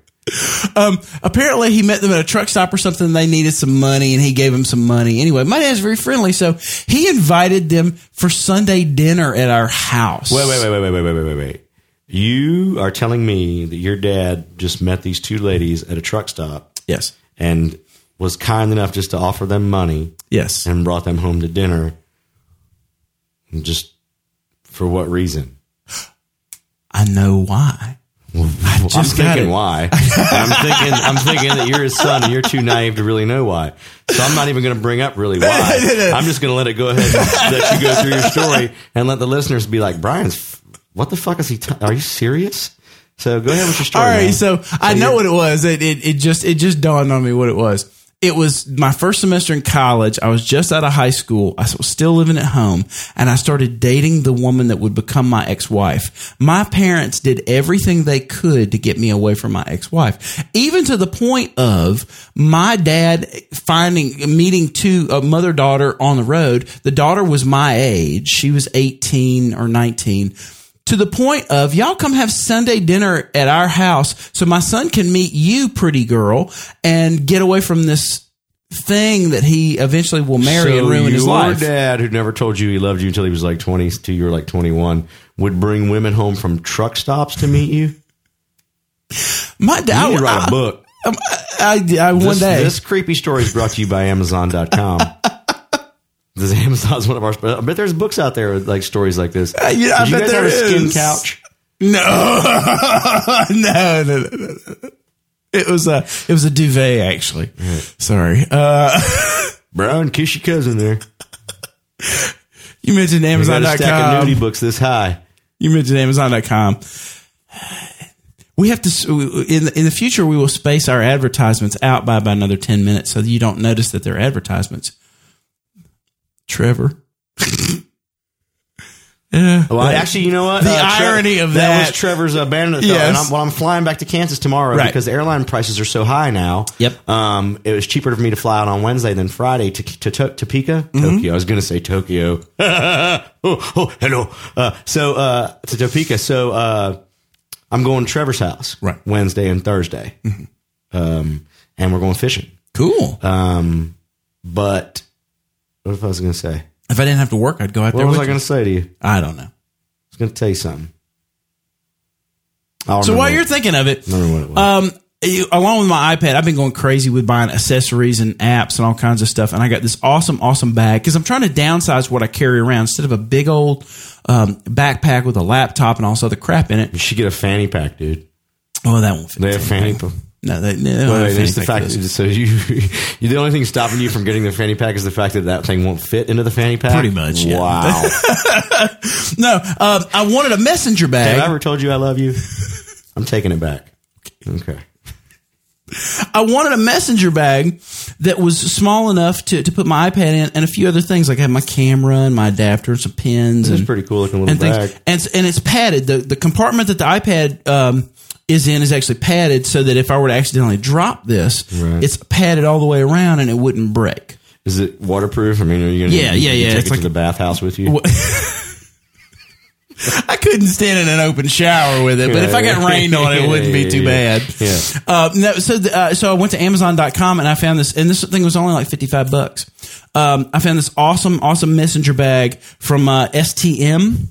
Speaker 3: Um, apparently he met them at a truck stop or something. They needed some money and he gave them some money. Anyway, my dad's very friendly, so he invited them for Sunday dinner at our house.
Speaker 2: Wait, wait, wait, wait, wait, wait, wait, wait, wait, wait. You are telling me that your dad just met these two ladies at a truck stop
Speaker 3: Yes.
Speaker 2: and was kind enough just to offer them money
Speaker 3: Yes.
Speaker 2: and brought them home to dinner. And just for what reason?
Speaker 3: I know why.
Speaker 2: Well, I'm
Speaker 3: just got
Speaker 2: thinking
Speaker 3: it.
Speaker 2: why. I'm thinking I'm thinking that you're his son and you're too naive to really know why. So I'm not even going to bring up really why.
Speaker 3: (laughs)
Speaker 2: I'm just going to let it go ahead and let you go through your story and let the listeners be like, Brian's, f- what the fuck is he? T- are you serious? So go ahead with your story.
Speaker 3: All right,
Speaker 2: man.
Speaker 3: so, I know what it was. It, it it just it just dawned on me what it was. It was my first semester in college. I was just out of high school. I was still living at home, and I started dating the woman that would become my ex-wife. My parents did everything they could to get me away from my ex-wife, even to the point of my dad finding meeting two a mother daughter on the road. The daughter was my age; she was eighteen or nineteen to the point of y'all come have Sunday dinner at our house so my son can meet you, pretty girl, and get away from this thing that he eventually will marry
Speaker 2: So
Speaker 3: and ruin his
Speaker 2: your
Speaker 3: life.
Speaker 2: dad, who never told you he loved you until he was like 22, you were like 21, would bring women home from truck stops to meet you.
Speaker 3: My dad,
Speaker 2: You need to write
Speaker 3: I,
Speaker 2: a book.
Speaker 3: I, I- one
Speaker 2: this,
Speaker 3: day,
Speaker 2: This creepy story is brought to you
Speaker 3: (laughs)
Speaker 2: by Amazon.com. this Amazon's one of our. I bet there's books out there with like stories like this.
Speaker 3: Uh, yeah, I
Speaker 2: Did you
Speaker 3: bet
Speaker 2: guys
Speaker 3: there
Speaker 2: have a skin
Speaker 3: is.
Speaker 2: couch?
Speaker 3: (laughs) no, no, no, no, no, no. It was a it was a duvet actually. Sorry, uh,
Speaker 2: Brown, kiss your cousin there.
Speaker 3: you mentioned
Speaker 2: You got a stack of
Speaker 3: Amazon.com.
Speaker 2: nudie books this high.
Speaker 3: You mentioned Amazon.com. We have to s- in in the future we will space our advertisements out by about another ten minutes so that you don't notice that they're advertisements. Trevor, (laughs)
Speaker 2: Well, actually, you know what? Uh,
Speaker 3: The irony of that.
Speaker 2: was Trevor's abandonment.
Speaker 3: Yes.
Speaker 2: Yes. And I'm, well, I'm flying back to Kansas tomorrow
Speaker 3: Right.
Speaker 2: because the airline prices are so high now.
Speaker 3: Yep.
Speaker 2: Um, it was cheaper for me to fly out on Wednesday than Friday to to, to Topeka,
Speaker 3: Mm-hmm.
Speaker 2: Tokyo. I was going to
Speaker 3: (laughs)
Speaker 2: say Tokyo. oh, oh, hello. Uh, so uh, to Topeka. So uh, I'm going to Trevor's house
Speaker 3: Right. Mm-hmm.
Speaker 2: Wednesday and Thursday, um, and we're going fishing.
Speaker 3: cool.
Speaker 2: Um, but what if I was going to say?
Speaker 3: if I didn't have to work, I'd go out
Speaker 2: What
Speaker 3: there.
Speaker 2: was
Speaker 3: With
Speaker 2: I
Speaker 3: you.
Speaker 2: going to say to you?
Speaker 3: I don't know.
Speaker 2: was going to tell you something. I'll
Speaker 3: So
Speaker 2: remember
Speaker 3: while
Speaker 2: it.
Speaker 3: you're thinking of it,
Speaker 2: remember what it was.
Speaker 3: um, you- along with my iPad, I've been going crazy with buying accessories and apps and all kinds of stuff. And I got this awesome, awesome bag because I'm trying to downsize what I carry around instead of a big old um, backpack with a laptop and all this other crap in
Speaker 2: you
Speaker 3: it.
Speaker 2: should get a fanny pack, dude.
Speaker 3: Oh, that won't fit.
Speaker 2: They have fanny. pack.
Speaker 3: No, they, no, they don't
Speaker 2: Well,
Speaker 3: have
Speaker 2: it's the
Speaker 3: anything for
Speaker 2: fact.
Speaker 3: this.
Speaker 2: so you, (laughs) you, the only thing stopping you from getting the fanny pack is the fact that that thing won't fit into the fanny pack.
Speaker 3: Pretty much, yeah.
Speaker 2: Wow.
Speaker 3: (laughs) No, um, I wanted a messenger
Speaker 2: have I
Speaker 3: bag.
Speaker 2: ever told you I
Speaker 3: (laughs)
Speaker 2: love you? I'm taking it back. Okay.
Speaker 3: I wanted a messenger bag that was small enough to, to put my iPad in and a few other things. Like I had my camera and my adapter and some pins.
Speaker 2: It's
Speaker 3: and
Speaker 2: a pretty cool looking little
Speaker 3: and
Speaker 2: bag.
Speaker 3: things, and it's, and it's padded. The the compartment that the iPad um, is in is actually padded, so that if I were to accidentally drop this,
Speaker 2: Right.
Speaker 3: it's padded all the way around and it wouldn't break.
Speaker 2: Is it waterproof? I mean, are you gonna?
Speaker 3: Yeah,
Speaker 2: you
Speaker 3: yeah,
Speaker 2: can
Speaker 3: yeah,
Speaker 2: Take
Speaker 3: it's
Speaker 2: it
Speaker 3: like-
Speaker 2: to the bathhouse with you.
Speaker 3: What- I couldn't stand in an open shower with it, but if I got rained on, it wouldn't be too bad.
Speaker 2: Yeah.
Speaker 3: Uh, no, so, the, uh, so I went to Amazon.com and I found this, and this thing was only like 55 bucks. Um, I found this awesome, awesome messenger bag from uh, STM.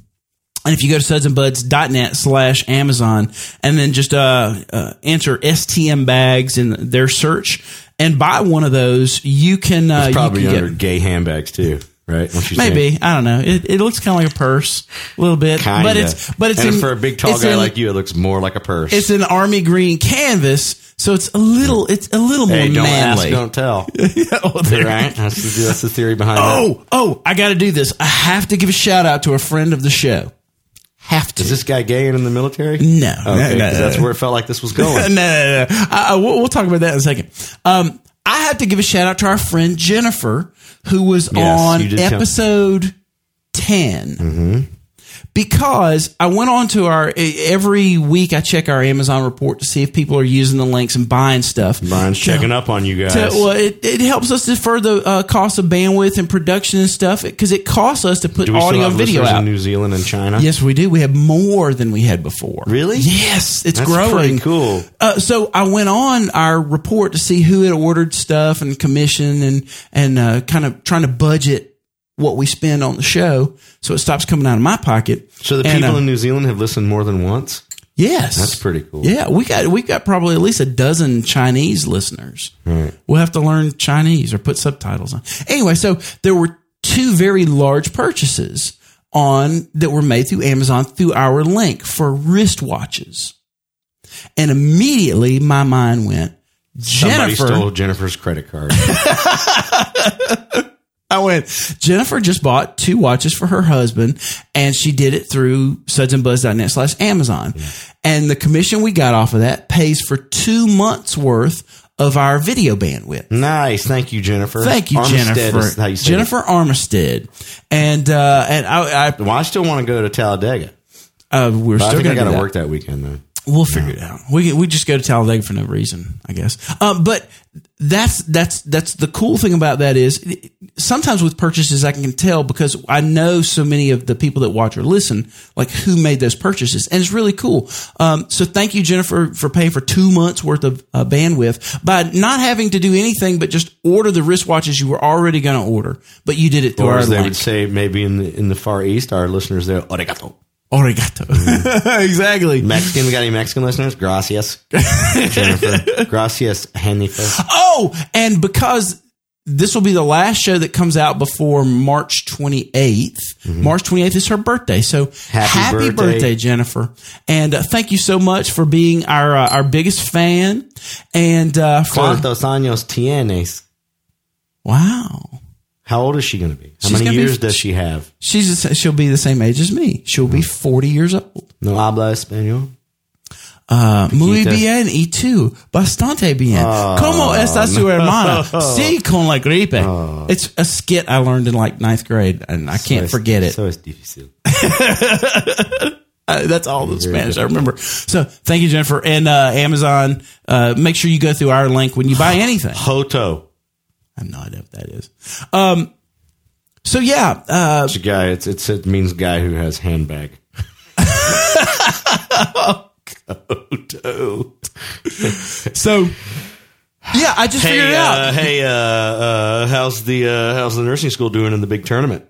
Speaker 3: And if you go to sudsandbuds.net slash Amazon and then just uh, uh, enter STM bags in their search and buy one of those, you can. Uh,
Speaker 2: It's probably
Speaker 3: you can
Speaker 2: under gay handbags too, right? Once you see it.
Speaker 3: Maybe I don't know. It, it looks kind of like a purse, a little bit,
Speaker 2: Kinda.
Speaker 3: but it's but it's
Speaker 2: and
Speaker 3: in-
Speaker 2: for a big tall
Speaker 3: it's
Speaker 2: guy
Speaker 3: in-
Speaker 2: like you, it looks more like a purse.
Speaker 3: it's an army green canvas, so it's a little it's a little
Speaker 2: hey,
Speaker 3: more
Speaker 2: don't
Speaker 3: manly.
Speaker 2: ask,
Speaker 3: (laughs)
Speaker 2: don't tell.
Speaker 3: oh, there-
Speaker 2: right? That's the, that's the theory behind. that.
Speaker 3: oh, oh, I got to do this. I have to give a shout out to a friend of the show. Have to.
Speaker 2: is this guy gay and in the military?
Speaker 3: no, no,
Speaker 2: Okay,
Speaker 3: no,
Speaker 2: 'cause that's where it felt like this was
Speaker 3: (laughs) no,
Speaker 2: going.
Speaker 3: no, no, no. I, I- we'll, we'll talk about that in a second. Um, I have to give a shout out to our friend Jennifer, who was
Speaker 2: Yes, you
Speaker 3: on
Speaker 2: did tell- Mm-hmm.
Speaker 3: episode 10. Because I went on to our e, every week, I check our Amazon report to see if people are using the links and buying stuff. (laughs)
Speaker 2: Brian's checking up on you guys.
Speaker 3: To- well, it, it helps us defer the uh, cost of bandwidth and production and stuff because it costs us to put
Speaker 2: Do we still
Speaker 3: audio and
Speaker 2: have
Speaker 3: video
Speaker 2: listeners
Speaker 3: out.
Speaker 2: in New Zealand and China?
Speaker 3: Yes, we do. We have more than we had before.
Speaker 2: Really?
Speaker 3: Yes, it's
Speaker 2: That's
Speaker 3: growing.
Speaker 2: pretty cool.
Speaker 3: Uh, so I went on our report to see who had ordered stuff and commission and and uh, kind of trying to budget what we spend on the show, so it stops coming out of my pocket.
Speaker 2: So the
Speaker 3: And,
Speaker 2: people
Speaker 3: uh,
Speaker 2: in New Zealand have listened more than once.
Speaker 3: yes,
Speaker 2: That's pretty cool.
Speaker 3: Yeah, we got we got probably at least a dozen Chinese listeners. We'll have to learn Chinese or put subtitles on. Anyway, so there were two very large purchases on that were made through Amazon through our link for wristwatches. And immediately my mind went,
Speaker 2: Somebody
Speaker 3: Jennifer
Speaker 2: stole Jennifer's credit card.
Speaker 3: (laughs) I went, Jennifer just bought two watches for her husband and she did it through sudsandbuzz.net slash Amazon. And the commission we got off of that pays for two months worth of our video bandwidth.
Speaker 2: nice, thank you, Jennifer.
Speaker 3: Thank you,
Speaker 2: Armistead Is how
Speaker 3: Jennifer.
Speaker 2: you say it.
Speaker 3: Jennifer Armistead. And, uh, and I, I
Speaker 2: Well, I still want to go to Talladega.
Speaker 3: uh, we're
Speaker 2: But I
Speaker 3: still
Speaker 2: think I
Speaker 3: going to
Speaker 2: got to
Speaker 3: work.
Speaker 2: work that weekend though.
Speaker 3: We'll figure it out. We we just go to Talladega for no reason, I guess. Um, but that's that's that's the cool thing about that is sometimes with purchases I can tell because I know so many of the people that watch or listen like who made those purchases, and it's really cool. Um, so thank you Jennifer for paying for two months worth of uh, bandwidth by not having to do anything but just order the wristwatches you were already going to order, but you did it through
Speaker 2: Or
Speaker 3: our
Speaker 2: as they
Speaker 3: link.
Speaker 2: would say, maybe in the in the Far East, our listeners there, arigato.
Speaker 3: Arigato. (laughs) exactly.
Speaker 2: Mexican, we got any Mexican listeners? Gracias,
Speaker 3: (laughs)
Speaker 2: Jennifer. Gracias, Jennifer.
Speaker 3: Oh, and because this will be the last show that comes out before March 28th. March 28th is her birthday. So happy, birthday.
Speaker 2: birthday.
Speaker 3: Jennifer. And uh, thank you so much for being our uh, our biggest fan and uh, for
Speaker 2: ¿Cuántos años tienes?
Speaker 3: wow.
Speaker 2: How old is she going to be? How
Speaker 3: She's
Speaker 2: many
Speaker 3: gonna be-
Speaker 2: years does she have?
Speaker 3: She's the sa- she'll be the same age as me. She'll be 40 years old.
Speaker 2: No habla español.
Speaker 3: Uh, muy
Speaker 2: Pequita.
Speaker 3: bien y tú bastante bien.
Speaker 2: Oh,
Speaker 3: Como está su
Speaker 2: (laughs)
Speaker 3: hermana? Sí con la gripe. It's a skit I learned in like ninth grade and I can't
Speaker 2: Es-
Speaker 3: forget it.
Speaker 2: Oh. So es difícil.
Speaker 3: Uh, that's all the Spanish I remember. So thank you, Jennifer. And uh, Amazon, uh, make sure you go through our link when you buy
Speaker 2: (sighs)
Speaker 3: anything. I
Speaker 2: Hoto.
Speaker 3: have no idea what that is. Um, so yeah, uh,
Speaker 2: It's a guy. It's, it's it means guy who has handbag. Hoto.
Speaker 3: so yeah, I just figured
Speaker 2: Hey,
Speaker 3: it out.
Speaker 2: uh, hey, uh, uh, how's the uh, how's the nursing school doing in the big tournament?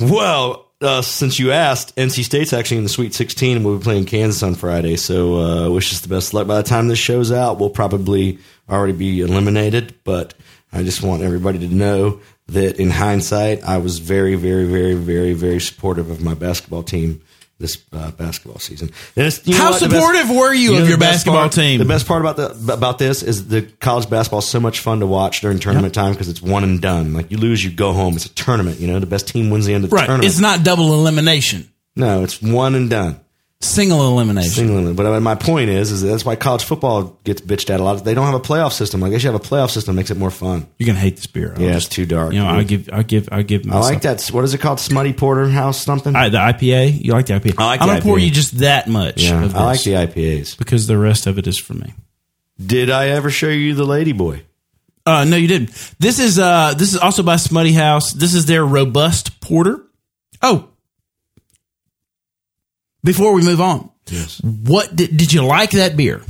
Speaker 2: Well, uh, since you asked, NC State's actually in the Sweet 16, and we'll be playing Kansas on Friday. So, uh, wish us the best luck. By the time this show's out, we'll probably already be eliminated. But I just want everybody to know that in hindsight, I was very, very, very, very, very supportive of my basketball team this uh, basketball season. And it's- you know
Speaker 3: How
Speaker 2: what? The best-
Speaker 3: supportive were you of
Speaker 2: the
Speaker 3: your
Speaker 2: best
Speaker 3: basketball
Speaker 2: part-
Speaker 3: team?
Speaker 2: The best part about the about this is the college basketball is so much fun to watch during tournament time because it's one and done. Like you lose, you go home. It's a tournament. You know, the best team wins the end of the
Speaker 3: right,
Speaker 2: tournament.
Speaker 3: it's not double elimination,
Speaker 2: no, it's one and done.
Speaker 3: single elimination.
Speaker 2: England. But uh, my point is, is that's why college football gets bitched at a lot. They don't have a playoff system. Like they should have a playoff system. Makes it more fun.
Speaker 3: You're gonna hate this beer. I'll
Speaker 2: Yeah,
Speaker 3: just-
Speaker 2: it's too dark.
Speaker 3: you know, I give, I give, I give.
Speaker 2: I
Speaker 3: Myself,
Speaker 2: like that. What is it called? Smutty Porter House something.
Speaker 3: I- the IPA. You like the IPA?
Speaker 2: I like
Speaker 3: I
Speaker 2: the
Speaker 3: don't pour
Speaker 2: IPA.
Speaker 3: you just that much.
Speaker 2: yeah,
Speaker 3: of
Speaker 2: I like
Speaker 3: this
Speaker 2: the IPAs.
Speaker 3: because the rest of it is for me.
Speaker 2: Did I ever show you the Lady Boy?
Speaker 3: Uh, no, you didn't. This is uh, this is also by Smutty House. This is their robust porter. Oh, before we move on.
Speaker 2: Yes.
Speaker 3: What did, did you like that beer?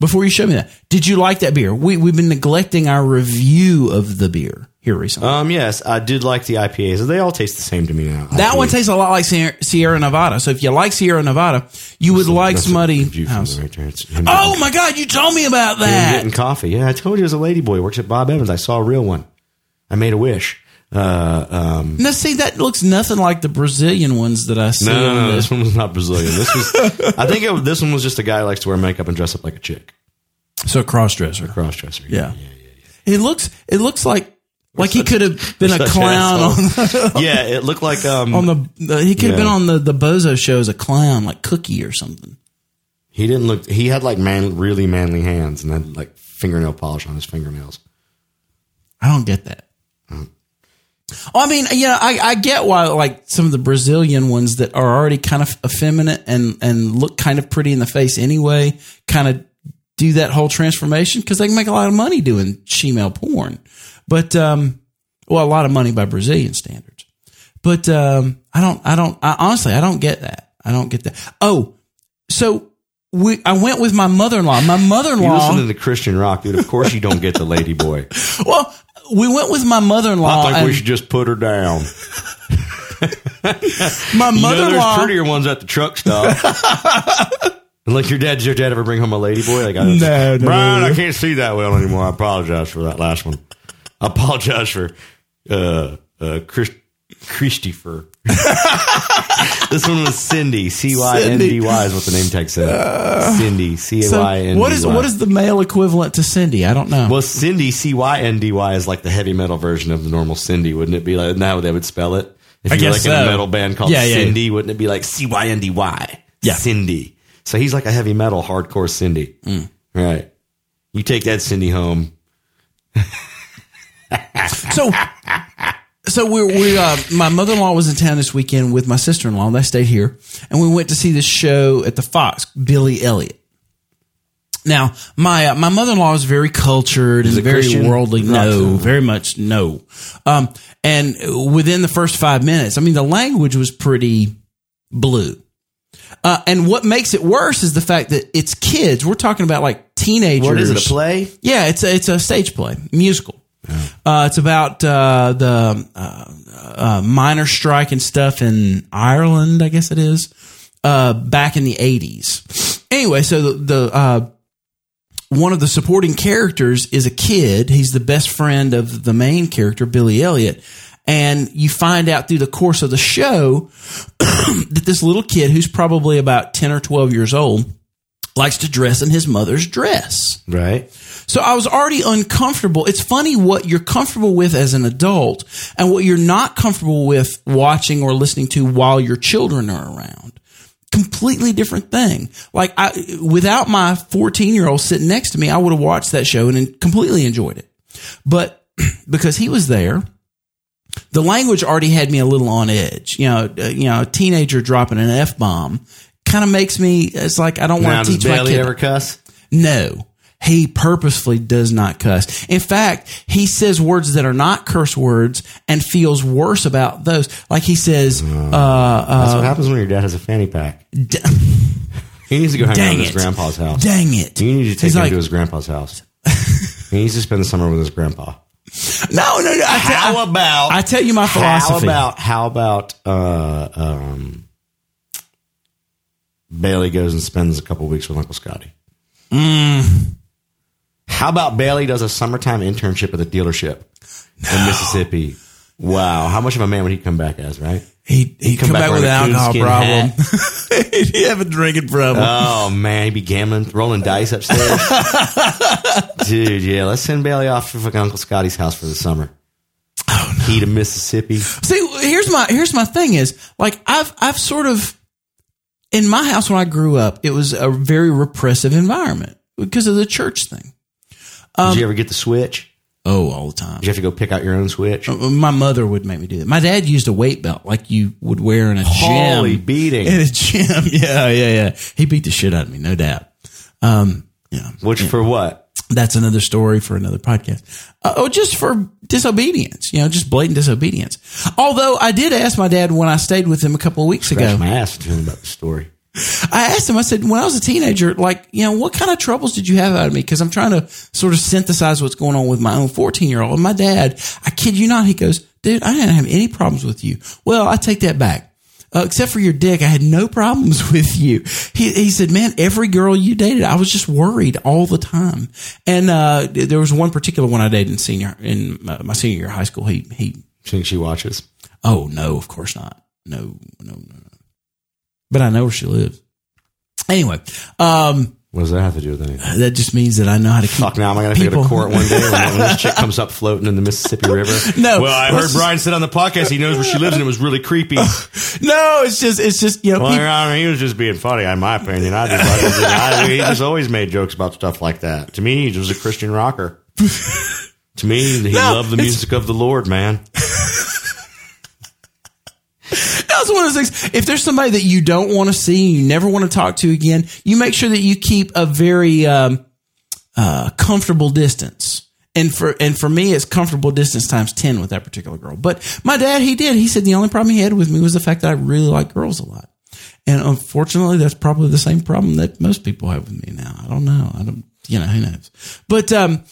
Speaker 3: Before you show me that, did you like that beer? We we've been neglecting our review of the beer here recently.
Speaker 2: Um, yes, I did like the IPAs. They all taste the same to me now.
Speaker 3: that
Speaker 2: IPAs.
Speaker 3: one tastes a lot like Sierra, Sierra Nevada. So if you like Sierra Nevada, you would like
Speaker 2: That's
Speaker 3: Smutty
Speaker 2: a view from
Speaker 3: House.
Speaker 2: the right there. It's him
Speaker 3: Oh my God, you told me about
Speaker 2: getting, him
Speaker 3: that.
Speaker 2: getting coffee. Yeah, I told you it was a lady boy. Works at Bob Evans. I saw a real one. I made a wish. Uh, um,
Speaker 3: Now, see, that looks nothing like the Brazilian ones that I see.
Speaker 2: no, no,
Speaker 3: on
Speaker 2: no,
Speaker 3: the-
Speaker 2: this one was not Brazilian. This was. I think it, this one was just a guy who likes to wear makeup and dress up like a chick.
Speaker 3: So cross dresser.
Speaker 2: Cross dresser.
Speaker 3: Yeah. It looks it looks like like he could have been a
Speaker 2: Such
Speaker 3: clown on,
Speaker 2: asshole. (laughs) yeah, it looked like um.
Speaker 3: on the uh, he could have been
Speaker 2: Yeah.
Speaker 3: on the the Bozo show as a clown like Cookie or something.
Speaker 2: he didn't look. He had like man, really manly hands, and had like fingernail polish on his fingernails.
Speaker 3: I don't get that. Oh, I mean, yeah, I, I get why like some of the Brazilian ones that are already kind of effeminate and and look kind of pretty in the face anyway, kind of do that whole transformation because they can make a lot of money doing female porn. But um, well, a lot of money by Brazilian standards. But um, I don't, I don't, I honestly, I don't get that. I don't get that. Oh, so we, I went with my mother in law. My mother in
Speaker 2: You
Speaker 3: law.
Speaker 2: listen to the Christian rock, dude. Of course, you don't get the lady boy.
Speaker 3: (laughs) Well, we went with my mother in
Speaker 2: I
Speaker 3: law.
Speaker 2: think we should just put her down.
Speaker 3: My
Speaker 2: You know,
Speaker 3: mother in
Speaker 2: there's
Speaker 3: law.
Speaker 2: prettier ones at the
Speaker 3: (laughs)
Speaker 2: truck stop. And like your dad, did your dad ever bring home a lady boy? Like, I was,
Speaker 3: No, no,
Speaker 2: Brian, I can't see that well anymore. I apologize for that last one. I apologize for uh, uh, Chris, Christopher. (laughs) this one was Cindy. C Y N D Y is what the name tag said. Cindy. C A
Speaker 3: Uh, So
Speaker 2: Y N D Y.
Speaker 3: what is what is the male equivalent to Cindy? I don't know.
Speaker 2: Well, Cindy C Y N D Y is like the heavy metal version of the normal Cindy, wouldn't it be like? Now they would spell it. If
Speaker 3: I
Speaker 2: you were like
Speaker 3: guess
Speaker 2: in a
Speaker 3: so.
Speaker 2: metal band called
Speaker 3: Yeah, yeah,
Speaker 2: Cindy, wouldn't it be like C Y N D Y?
Speaker 3: Yeah.
Speaker 2: Cindy. So he's like a heavy metal hardcore Cindy.
Speaker 3: Mm.
Speaker 2: Right. You take that Cindy home.
Speaker 3: so so we we uh, my mother in law was in town this weekend with my sister in law. and They stayed here, and we went to see this show at the Fox, Billy Elliot. Now, my uh, my mother in law is very cultured and
Speaker 2: it
Speaker 3: very
Speaker 2: Christian?
Speaker 3: worldly.
Speaker 2: Rock
Speaker 3: No,
Speaker 2: star.
Speaker 3: very much no. Um, and within the first five minutes, I mean, the language was pretty blue. Uh, and what makes it worse is the fact that it's kids. We're talking about like teenagers.
Speaker 2: What is it? A play?
Speaker 3: Yeah, it's a, it's a stage play, musical. Uh, it's about uh, the uh, uh, minor strike and stuff in Ireland, I guess it is, uh, back in the eighties. Anyway, so the, the uh, one of the supporting characters is a kid. He's the best friend of the main character, Billy Elliot. And you find out through the course of the show (clears throat) that this little kid, who's probably about 10 or 12 years old, likes to dress in his mother's dress.
Speaker 2: Right.
Speaker 3: So I was already uncomfortable. It's funny what you're comfortable with as an adult and what you're not comfortable with watching or listening to while your children are around. Completely different thing. Like I, without my 14 year old sitting next to me, I would have watched that show and completely enjoyed it. But (clears throat) because he was there, the language already had me a little on edge. You know, uh, you know, a teenager dropping an F bomb kind of makes me, it's like, I don't
Speaker 2: Now,
Speaker 3: want to
Speaker 2: does
Speaker 3: teach my
Speaker 2: Bailey
Speaker 3: kid.
Speaker 2: ever cuss?
Speaker 3: No, he purposefully does not cuss. In fact, he says words that are not curse words and feels worse about those. Like he says,
Speaker 2: That's what happens when your dad has a fanny pack.
Speaker 3: Um, D-
Speaker 2: (laughs) He needs to go hang out
Speaker 3: dang
Speaker 2: at his
Speaker 3: it.
Speaker 2: grandpa's house.
Speaker 3: Dang it.
Speaker 2: You need to take
Speaker 3: He's
Speaker 2: him
Speaker 3: like,
Speaker 2: to his
Speaker 3: (laughs)
Speaker 2: grandpa's house. he needs to spend the summer with his grandpa.
Speaker 3: No, no, no. I tell- I-
Speaker 2: about
Speaker 3: I tell you my philosophy.
Speaker 2: How about how about uh, um, Bailey goes and spends a couple weeks with Uncle Scotty? Mm. How about Bailey does a summertime internship at the dealership in Mississippi? Wow, how much of a man would he come back as? Right?
Speaker 3: He he come,
Speaker 2: come
Speaker 3: back,
Speaker 2: back
Speaker 3: with an
Speaker 2: wearing a
Speaker 3: alcohol
Speaker 2: coonskin
Speaker 3: problem. (laughs) he have a drinking problem.
Speaker 2: Oh man, he'd be gambling, rolling dice (laughs) upstairs. Dude, yeah, let's send Bailey off to fucking Uncle Scotty's house for the summer. Oh, no. He to Mississippi.
Speaker 3: See, here's my here's my thing is like I've I've sort of in my house when I grew up, it was a very repressive environment because of the church thing.
Speaker 2: Did you ever get the switch?
Speaker 3: Oh, all the time.
Speaker 2: Did you have to go pick out your own switch?
Speaker 3: My mother would make me do that. My dad used a weight belt like you would wear in a
Speaker 2: Holy
Speaker 3: gym.
Speaker 2: beating.
Speaker 3: In a gym, (laughs) yeah, yeah, yeah. He beat the shit out of me, no doubt. Um, yeah,
Speaker 2: Which for what?
Speaker 3: that's another story for another podcast. Uh, oh, just for disobedience, you know, just blatant disobedience. Although I did ask my dad when I stayed with him a couple of weeks
Speaker 2: Scratch
Speaker 3: ago.
Speaker 2: my ass telling about the story.
Speaker 3: I asked him, I said, when I was a teenager, like, you know, what kind of troubles did you have out of me? Cause I'm trying to sort of synthesize what's going on with my own 14 year old. And my dad, I kid you not, he goes, dude, I didn't have any problems with you. Well, I take that back. Uh, except for your dick, I had no problems (laughs) with you. He, he said, man, every girl you dated, I was just worried all the time. And, uh, there was one particular one I dated in senior, in uh, my, my senior year of high school. He, he,
Speaker 2: Do you think she watches?
Speaker 3: Oh no, of course not. No, no, no, no. But I know where she lives. Anyway, um,
Speaker 2: What does that have to do with anything?
Speaker 3: that just means that I know how to keep.
Speaker 2: Fuck, now am I going to have to
Speaker 3: People.
Speaker 2: go to court one day when, when this chick (laughs) comes up floating in the Mississippi River?
Speaker 3: No.
Speaker 2: Well, I heard Brian said on the podcast he knows where she lives and it was really (laughs) creepy.
Speaker 3: No, it's just it's just you know.
Speaker 2: Well,
Speaker 3: people-
Speaker 2: I mean, he was just being funny, in my opinion. I just, I just, I, he just always made jokes about stuff like that. To me, he was a Christian rocker. to me, he
Speaker 3: No,
Speaker 2: loved the
Speaker 3: it's-
Speaker 2: music of the Lord, man.
Speaker 3: That's one of those things. If there's somebody that you don't want to see and you never want to talk to again, you make sure that you keep a very um, uh, comfortable distance. And for and for me, it's comfortable distance times ten with that particular girl. But my dad, he did. He said the only problem he had with me was the fact that I really like girls a lot. And unfortunately, that's probably the same problem that most people have with me now. I don't know. I don't. You know who knows. But um,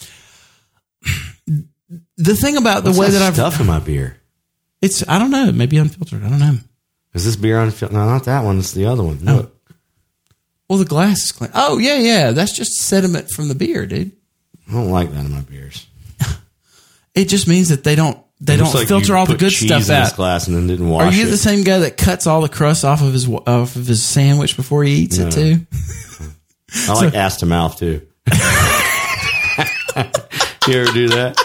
Speaker 3: (clears throat) the thing about the way that I've
Speaker 2: stuff in my beer.
Speaker 3: it's I don't know. Maybe unfiltered. I don't know.
Speaker 2: Is this beer on? No, not that one. It's the other one. No,
Speaker 3: Well, the glass is clean. Oh yeah, yeah. That's just sediment from the beer, dude.
Speaker 2: I don't like that in my beers.
Speaker 3: It just means that they don't they
Speaker 2: It
Speaker 3: don't
Speaker 2: looks like
Speaker 3: filter
Speaker 2: you
Speaker 3: all the
Speaker 2: put
Speaker 3: good
Speaker 2: cheese
Speaker 3: stuff
Speaker 2: in this
Speaker 3: out.
Speaker 2: glass and then didn't
Speaker 3: Are
Speaker 2: wash
Speaker 3: you
Speaker 2: it.
Speaker 3: the same guy that cuts all the crust off of his off of his sandwich before he eats it too? (laughs)
Speaker 2: I like ass to mouth too. (laughs) you ever do that?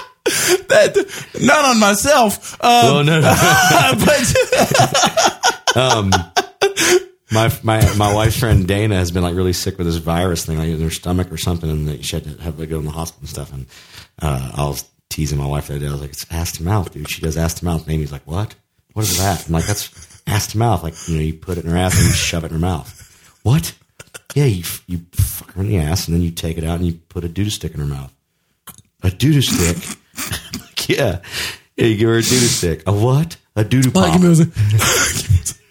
Speaker 3: That, not on myself, uh, (laughs)
Speaker 2: Oh no. (laughs)
Speaker 3: but
Speaker 2: my my my wife's friend Dana has been like really sick with this virus thing, like in her stomach or something, and like, she had to have to go in the hospital and stuff. And uh, I was teasing my wife that day. I was like, "It's ass to mouth, dude." She does ass to mouth. And Amy's like, "What? What is that?" I'm like, "That's ass to mouth. Like you know, you put it in her ass and you shove it in her mouth." What? Yeah, you you fuck her in the ass and then you take it out and you put a doo stick in her mouth. A doo stick. (laughs) Like, yeah. yeah, you give her a doo stick. A what? A doo doo
Speaker 3: Like,
Speaker 2: pop.
Speaker 3: give me a-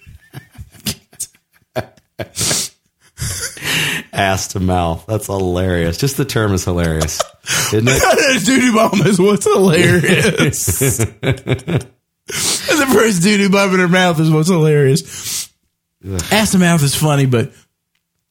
Speaker 2: ass to mouth. That's hilarious. Just the term is hilarious, (laughs) isn't it?
Speaker 3: Doodoo bomb is what's hilarious. (laughs) the first doodoo bomb in her mouth is what's hilarious. Ass to mouth is funny, but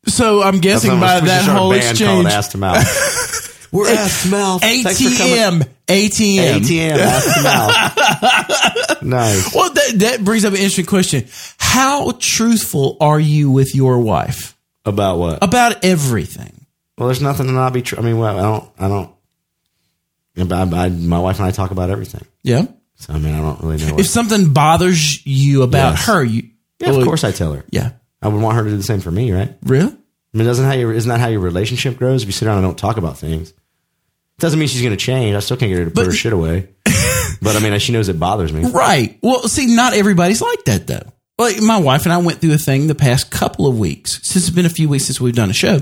Speaker 3: so I'm guessing by
Speaker 2: We should
Speaker 3: that
Speaker 2: start a
Speaker 3: whole
Speaker 2: band called
Speaker 3: exchange,
Speaker 2: Ass to mouth. (laughs) We're ass to mouth. Thanks for coming.
Speaker 3: ATM, ATM,
Speaker 2: ATM. Ass to mouth. (laughs) nice.
Speaker 3: Well, that that brings up an interesting question: How truthful are you with your wife
Speaker 2: About what?
Speaker 3: about everything?
Speaker 2: Well, there's nothing to not be true. I mean, well, I don't. I don't. Yeah, but I, I, my wife and I talk about everything.
Speaker 3: Yeah.
Speaker 2: So I mean, I don't really know.
Speaker 3: If
Speaker 2: What,
Speaker 3: something bothers you about
Speaker 2: Yes.
Speaker 3: her, you
Speaker 2: yeah, of
Speaker 3: well,
Speaker 2: course I tell her.
Speaker 3: yeah,
Speaker 2: I would want her to do the same for me, right?
Speaker 3: really.
Speaker 2: I mean, doesn't how your isn't that how your relationship grows? If you sit down and don't talk about things, doesn't mean she's going to change. I still can't get her to put
Speaker 3: But-
Speaker 2: her shit away.
Speaker 3: (laughs)
Speaker 2: but I mean, she knows it bothers me.
Speaker 3: Right. Well, see, not everybody's like that though. Like my wife and I went through a thing the past couple of weeks. Since it's been a few weeks since we've done a show,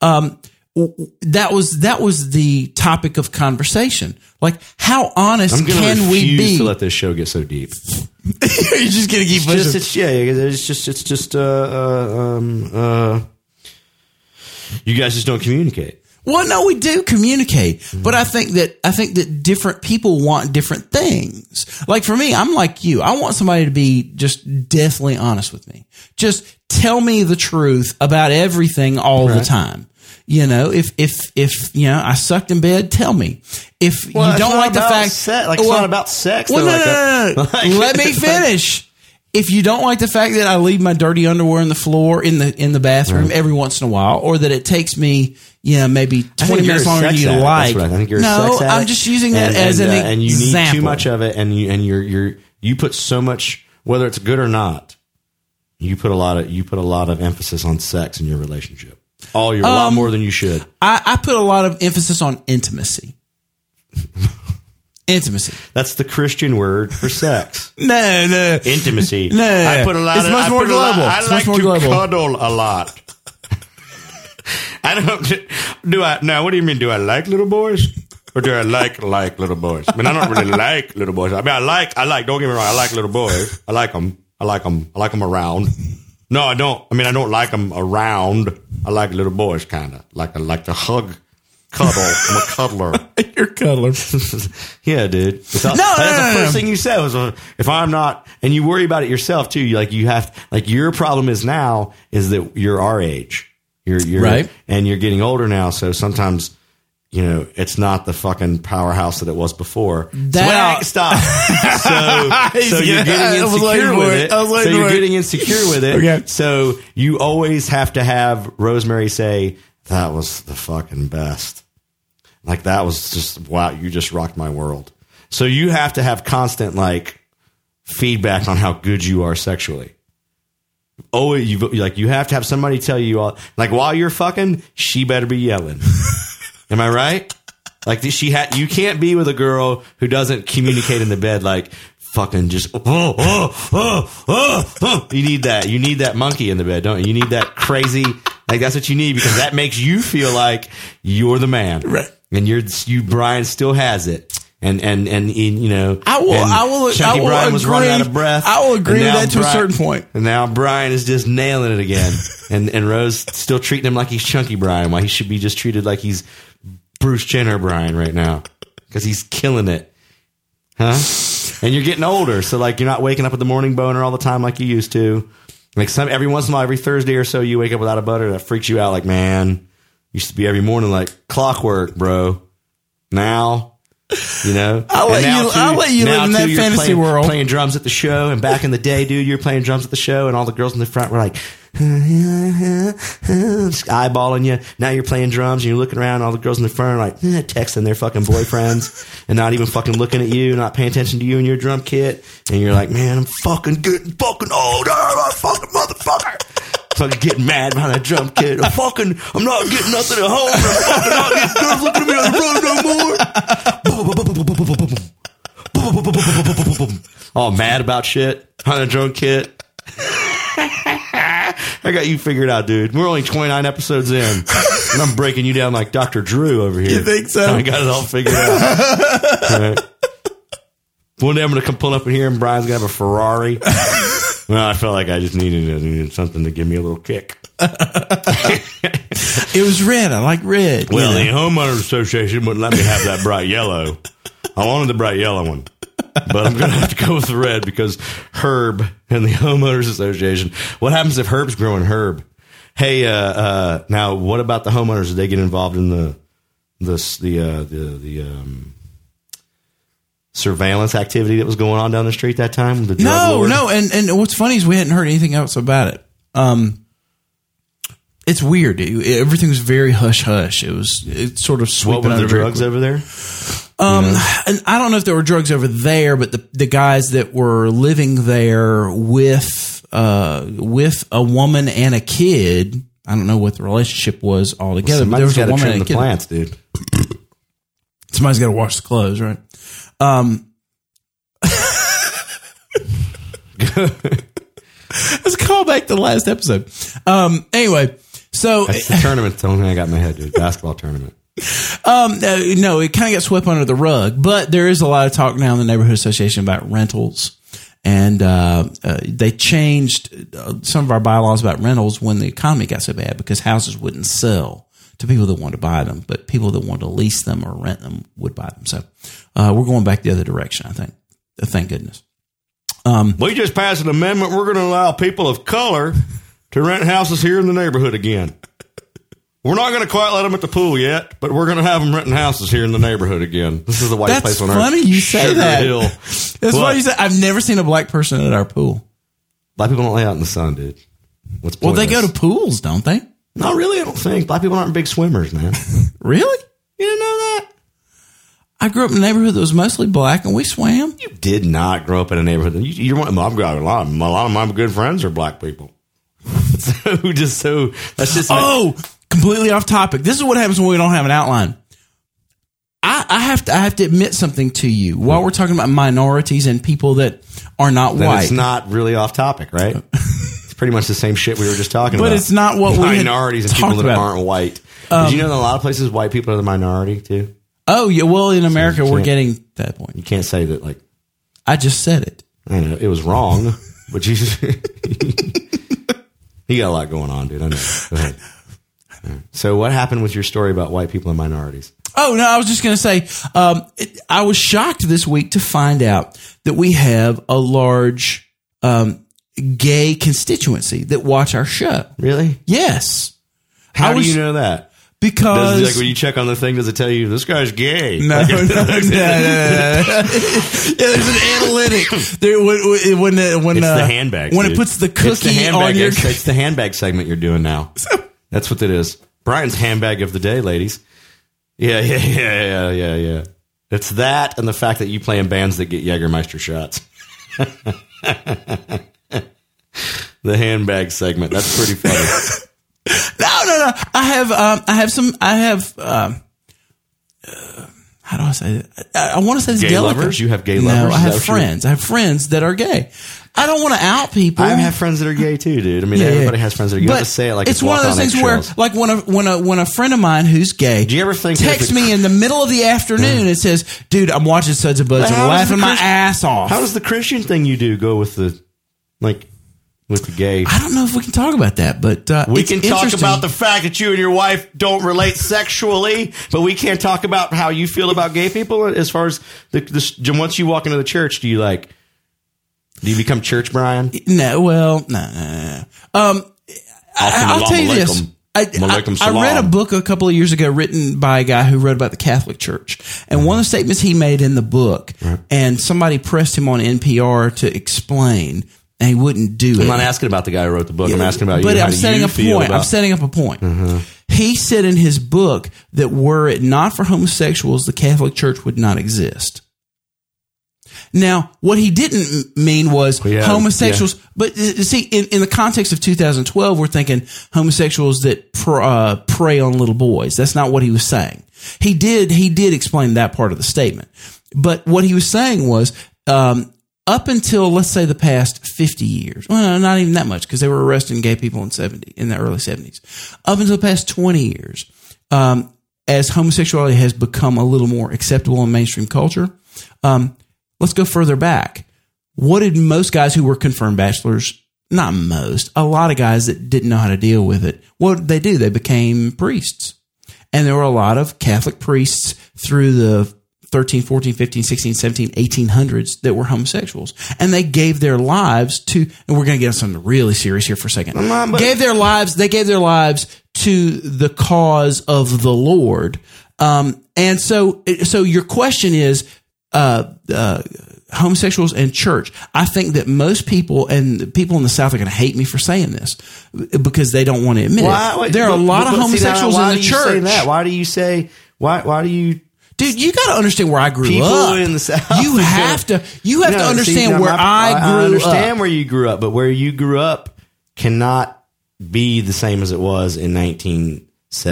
Speaker 3: um, w- w- that was that was the topic of conversation. Like, how honest
Speaker 2: I'm going to
Speaker 3: can
Speaker 2: refuse
Speaker 3: we be?
Speaker 2: to let this show get so deep.
Speaker 3: (laughs) You're just gonna keep pushing.
Speaker 2: Just, it's, yeah, it's just it's just uh, uh, um, uh, you guys just don't communicate.
Speaker 3: Well, no, we do communicate, but I think that I think that different people want different things. Like for me, I'm like you. I want somebody to be just deathly honest with me. Just tell me the truth about everything all the time. You know, if if if you know I sucked in bed, tell me. If you don't like the fact, Well,
Speaker 2: sex.
Speaker 3: well, no, no,
Speaker 2: (laughs)
Speaker 3: no, no. Let me finish. If you don't like the fact that I leave my dirty underwear on the floor in the in the bathroom every once in a while, or that it takes me, you know, maybe twenty minutes longer than you like,
Speaker 2: I think you're a
Speaker 3: no,
Speaker 2: sex addict.
Speaker 3: I'm just using that
Speaker 2: And-
Speaker 3: as
Speaker 2: and,
Speaker 3: an
Speaker 2: uh, and you
Speaker 3: example.
Speaker 2: need too much of it, and you and you're you're you put so much, whether it's good or not, you put a lot of you put a lot of emphasis on sex in your relationship. Oh, you're a lot
Speaker 3: Um,
Speaker 2: more than you should.
Speaker 3: I, I put a lot of emphasis on
Speaker 2: (laughs)
Speaker 3: intimacy. intimacy.
Speaker 2: That's the Christian word for sex.
Speaker 3: No, no.
Speaker 2: intimacy.
Speaker 3: No, no, no.
Speaker 2: I put a lot.
Speaker 3: It's
Speaker 2: of,
Speaker 3: much
Speaker 2: I
Speaker 3: more
Speaker 2: put a lot-
Speaker 3: global.
Speaker 2: I
Speaker 3: It's much
Speaker 2: like
Speaker 3: more
Speaker 2: to
Speaker 3: global.
Speaker 2: cuddle a lot. (laughs) I don't do I now. What do you mean? Do I like little boys? Or do I like like little boys? I mean, I don't really (laughs) like little boys. I mean, I like I like. Don't get me wrong. I like little boys. I like them. I like them. I like them around. No, I don't. I mean, I don't like them around. I like little boys, kind of like I like to hug, cuddle. I'm a cuddler.
Speaker 3: (laughs) You're cuddler.
Speaker 2: (laughs) yeah, dude. It's all-
Speaker 3: No, no,
Speaker 2: that's
Speaker 3: no,
Speaker 2: the
Speaker 3: no,
Speaker 2: first
Speaker 3: no.
Speaker 2: thing you said was, uh, if I'm not, and you worry about it yourself too. You like you have like your problem is now is that you're our age. You're you're
Speaker 3: Right.
Speaker 2: and you're getting older now. So sometimes. You know, it's not the fucking powerhouse that it was before.
Speaker 3: That-
Speaker 2: Swag,
Speaker 3: (laughs)
Speaker 2: stop. So, so you're getting
Speaker 3: I was waiting
Speaker 2: insecure
Speaker 3: for
Speaker 2: with
Speaker 3: it.
Speaker 2: it.
Speaker 3: I was
Speaker 2: So
Speaker 3: waiting
Speaker 2: you're
Speaker 3: for it.
Speaker 2: getting insecure with it.
Speaker 3: Okay.
Speaker 2: So you always have to have Rosemary say, That was the fucking best. Like that was just wow, you just rocked my world. So you have to have constant like feedback on how good you are sexually. Oh, you like you have to have somebody tell you all like while you're fucking, she better be yelling. Am I right? Like she had, you can't be with a girl who doesn't communicate in the bed. Like fucking just oh oh oh oh. oh. You need that. You need that monkey in the bed, don't you? You need that crazy. Like that's what you need because that makes you feel like you're the man,
Speaker 3: Right.
Speaker 2: And you're you Brian still has it. And, and and and, you know
Speaker 3: I will-
Speaker 2: and
Speaker 3: I will- I
Speaker 2: Chucky
Speaker 3: will
Speaker 2: Brian was running
Speaker 3: agree-
Speaker 2: out of breath.
Speaker 3: I will agree
Speaker 2: And
Speaker 3: with
Speaker 2: now
Speaker 3: that to a
Speaker 2: Bri-
Speaker 3: certain point.
Speaker 2: And now Brian is just nailing it again,
Speaker 3: (laughs)
Speaker 2: and and Rose still treating him like he's Chunky Brian, while he should be just treated like he's Bruce Jenner Brian right now because he's killing it, huh? And you're getting older, so like you're not waking up with the morning boner all the time like you used to. Like some every once in a while, every Thursday or so, you wake up without a butter that freaks you out. Like man, used to be every morning like clockwork, bro. Now, you know,
Speaker 3: I'll let
Speaker 2: And now,
Speaker 3: you- I'll let you
Speaker 2: now,
Speaker 3: live in that
Speaker 2: you're
Speaker 3: fantasy
Speaker 2: playing-
Speaker 3: world.
Speaker 2: Playing drums at the show, and back in the day, dude, you were playing drums at the show, and all the girls in the front were like. (laughs) just eyeballing you. Now you're playing drums and you're looking around. All the girls in the front are like "Eh," texting their
Speaker 3: (laughs)
Speaker 2: fucking boyfriends and not even fucking looking at you, not paying attention to you and your drum kit. And you're like, man, I'm fucking getting fucking old. I'm a fucking motherfucker. Fucking getting mad behind a drum kit. I'm fucking, I'm not getting nothing at home. I'm fucking not getting girls looking at me on the road no more. All mad about shit. On a drum kit. I got you figured out, dude. We're only 29 episodes in, and I'm breaking you down like Dr. Drew over here. You
Speaker 3: think so?
Speaker 2: I got it all figured out. Right. One day I'm going to come pull up in here, and Brian's going to have a Ferrari. (laughs) well, I felt like I just needed, I needed something to give me a little kick.
Speaker 3: It was red. I like red. you
Speaker 2: Well,
Speaker 3: know.
Speaker 2: the homeowners association wouldn't let me have that bright yellow. I wanted the bright yellow one, but I'm gonna have to go with the red because Herb and the homeowners association. What happens if Herb's growing herb? Hey, uh, uh, now what about the homeowners? Do they get involved in the the the uh, the, the um, surveillance activity that was going on down the street that time? with The drug
Speaker 3: no,
Speaker 2: lord?
Speaker 3: no. And and what's funny is we hadn't heard anything else about it. Um, it's weird. It- everything was very hush hush. It was it sort of sweeping
Speaker 2: What were the
Speaker 3: under very
Speaker 2: drugs over there?
Speaker 3: Um, and I don't know if there were drugs over there, but the the guys that were living there with uh with a woman and a kid, I don't know what the relationship was altogether. but there
Speaker 2: Somebody's
Speaker 3: was a
Speaker 2: got to
Speaker 3: woman
Speaker 2: trim
Speaker 3: and a
Speaker 2: the
Speaker 3: kid.
Speaker 2: plants, dude.
Speaker 3: Somebody's got to wash the clothes, right? (laughs) Um, it's a callback to the last episode. Um, anyway, so
Speaker 2: That's the tournament. The only thing I got in my head, dude. Basketball tournament.
Speaker 3: Um, no, no, it kind of got swept under the rug, but there is a lot of talk now in the neighborhood association about rentals. And uh, uh, they changed uh, some of our bylaws about rentals when the economy got so bad because houses wouldn't sell to people that wanted to buy them, but people that wanted to lease them or rent them would buy them. So uh, we're going back the other direction, I think. Uh, Thank goodness.
Speaker 2: We just passed an amendment. We're going to allow people of color to rent houses here in the neighborhood again. We're not going to quite let them at the pool yet, but we're going to have them renting houses here in the neighborhood again. This is the whitest
Speaker 3: That's
Speaker 2: place on earth.
Speaker 3: funny you say
Speaker 2: Sugar
Speaker 3: that.
Speaker 2: Hill.
Speaker 3: That's why
Speaker 2: What?
Speaker 3: you said I've never seen a black person at our pool.
Speaker 2: Black people don't lay out in the sun, dude. What's
Speaker 3: Well, they go
Speaker 2: pointless?
Speaker 3: to pools, don't they?
Speaker 2: Not really. I don't think black people aren't big swimmers, man.
Speaker 3: (laughs) Really?
Speaker 2: you didn't know that?
Speaker 3: I grew up in a neighborhood that was mostly black, and we swam.
Speaker 2: You did not grow up in a neighborhood. You, you're one. I've got a lot. Of, a lot of my good friends are black people. (laughs) so just so that's just
Speaker 3: Oh, completely off topic. This is what happens when we don't have an outline. I, I have to I have to admit something to you. While we're talking about minorities and people that are not
Speaker 2: then
Speaker 3: white,
Speaker 2: it's not really off
Speaker 3: (laughs)
Speaker 2: topic, right? it's pretty much the same shit we were just talking
Speaker 3: but
Speaker 2: about.
Speaker 3: it's not what we had
Speaker 2: minorities and
Speaker 3: talked
Speaker 2: people that
Speaker 3: about. Um,
Speaker 2: aren't white. Did you know that a lot of places white people are the minority too?
Speaker 3: Oh yeah, well in America
Speaker 2: you
Speaker 3: we're
Speaker 2: can't-
Speaker 3: getting to that point.
Speaker 2: You can't say that like
Speaker 3: I just said it. (laughs)
Speaker 2: I don't know it was wrong, but (laughs) you He got a lot going on, dude. I know. Go ahead. So, what happened with your story about white people and minorities?
Speaker 3: Oh no, I was just going to say, um, it, I was shocked this week to find out that we have a large um, gay constituency that watch our show.
Speaker 2: Really?
Speaker 3: Yes,
Speaker 2: How
Speaker 3: I was,
Speaker 2: do you know that? Does,
Speaker 3: Because
Speaker 2: like when you check on the thing, does it tell you this guy's gay?
Speaker 3: No, no, no, no, no,
Speaker 2: (laughs)
Speaker 3: no, no. (laughs) yeah, there's an analytic. There, when when the, when,
Speaker 2: It's
Speaker 3: uh,
Speaker 2: the handbag.
Speaker 3: when it
Speaker 2: dude.
Speaker 3: puts the
Speaker 2: It's
Speaker 3: cookie
Speaker 2: handbag.
Speaker 3: on your
Speaker 2: it's, it's the handbag segment you're
Speaker 3: (laughs)
Speaker 2: doing now. That's what it is. Brian's handbag of the day, ladies. Yeah, (laughs) yeah, yeah, yeah, yeah, yeah. It's that and the fact that you play in bands that get Jägermeister shots. (laughs) the handbag segment. That's
Speaker 3: (laughs)
Speaker 2: pretty funny.
Speaker 3: no, no, no. I have um, I have some. I have um, uh, how do I say it? I, I want to say it's
Speaker 2: Gay
Speaker 3: delicate.
Speaker 2: lovers? You have gay
Speaker 3: no,
Speaker 2: lovers?
Speaker 3: I have
Speaker 2: Is that what you-
Speaker 3: friends. I have friends that are gay. I don't want to out people.
Speaker 2: I have friends that are gay too, dude. I mean,
Speaker 3: Yeah, yeah.
Speaker 2: everybody has friends that are gay. You
Speaker 3: But
Speaker 2: have to say it like
Speaker 3: it's one of those things where, like when a when a when a friend of mine who's gay,
Speaker 2: Do you ever think that if
Speaker 3: texts
Speaker 2: it-
Speaker 3: me in the middle of the afternoon and says, "Dude, I'm watching Suds and Buds
Speaker 2: But
Speaker 3: and
Speaker 2: how does
Speaker 3: laughing
Speaker 2: the
Speaker 3: my
Speaker 2: Christian-
Speaker 3: ass off."
Speaker 2: How does the Christian thing you do go with the like with the gay?
Speaker 3: I don't know if we can talk about that, but uh,
Speaker 2: We
Speaker 3: it's
Speaker 2: can talk
Speaker 3: interesting.
Speaker 2: about the fact that you and your wife don't relate sexually, but we can't talk about how you feel about gay people. As far as the, this, Jim, once you walk into the church, do you like? Do you become church Brian?
Speaker 3: no. Well, no, no, no. Um, I, will tell you this. I,
Speaker 2: Malaikum
Speaker 3: I, I read
Speaker 2: salam.
Speaker 3: a book a couple of years ago written by a guy who wrote about the Catholic Church. And one of the statements he made in the book, and somebody pressed him on NPR to explain, and he wouldn't do it.
Speaker 2: I'm not asking about the guy who wrote the book. I'm asking about you.
Speaker 3: but
Speaker 2: How
Speaker 3: I'm
Speaker 2: do
Speaker 3: setting
Speaker 2: you
Speaker 3: a
Speaker 2: feel
Speaker 3: point. I'm
Speaker 2: about- Mm-hmm.
Speaker 3: setting up a point. He said in his book that were it not for homosexuals, the Catholic Church would not exist. Now, what he didn't m- mean was
Speaker 2: Yeah,
Speaker 3: homosexuals, but uh, see, in, in the context of 2012, we're thinking homosexuals that pr- uh, prey on little boys. That's not what he was saying. He did, he did explain that part of the statement, but what he was saying was, um, up until let's say the past 50 years, well, not even that much because they were arresting gay people in 70 in the early 70s. Up until the past 20 years, um, as homosexuality has become a little more acceptable in mainstream culture, um, let's go further back. What did most guys who were confirmed bachelors, not most, a lot of guys that didn't know how to deal with it, what did they do? They became priests. And there were a lot of Catholic priests through the 13, 14, 15, 16, 17, 1800s that were homosexuals. And they gave their lives to, and we're going to get on something really serious here for a second.
Speaker 2: on, but-
Speaker 3: gave their lives, they gave their lives to the cause of the Lord. Um, and so, so your question is, uh, uh, homosexuals and church. I think that most people and the people in the South are going to hate me for saying this because they don't want to admit
Speaker 2: Why-
Speaker 3: it.
Speaker 2: wait,
Speaker 3: There are
Speaker 2: but-
Speaker 3: a lot
Speaker 2: but-
Speaker 3: of
Speaker 2: but see, now,
Speaker 3: homosexuals
Speaker 2: why
Speaker 3: in the
Speaker 2: do you say
Speaker 3: church.
Speaker 2: that? Why do you say? Why? Why do you?
Speaker 3: Dude, you got to understand where I grew
Speaker 2: People
Speaker 3: up.
Speaker 2: in the South
Speaker 3: You
Speaker 2: (laughs) are
Speaker 3: have to. You have
Speaker 2: No,
Speaker 3: to
Speaker 2: see,
Speaker 3: understand
Speaker 2: now,
Speaker 3: where
Speaker 2: my-
Speaker 3: I grew
Speaker 2: I understand
Speaker 3: up.
Speaker 2: where you grew up, but where you grew up cannot be the same as it was in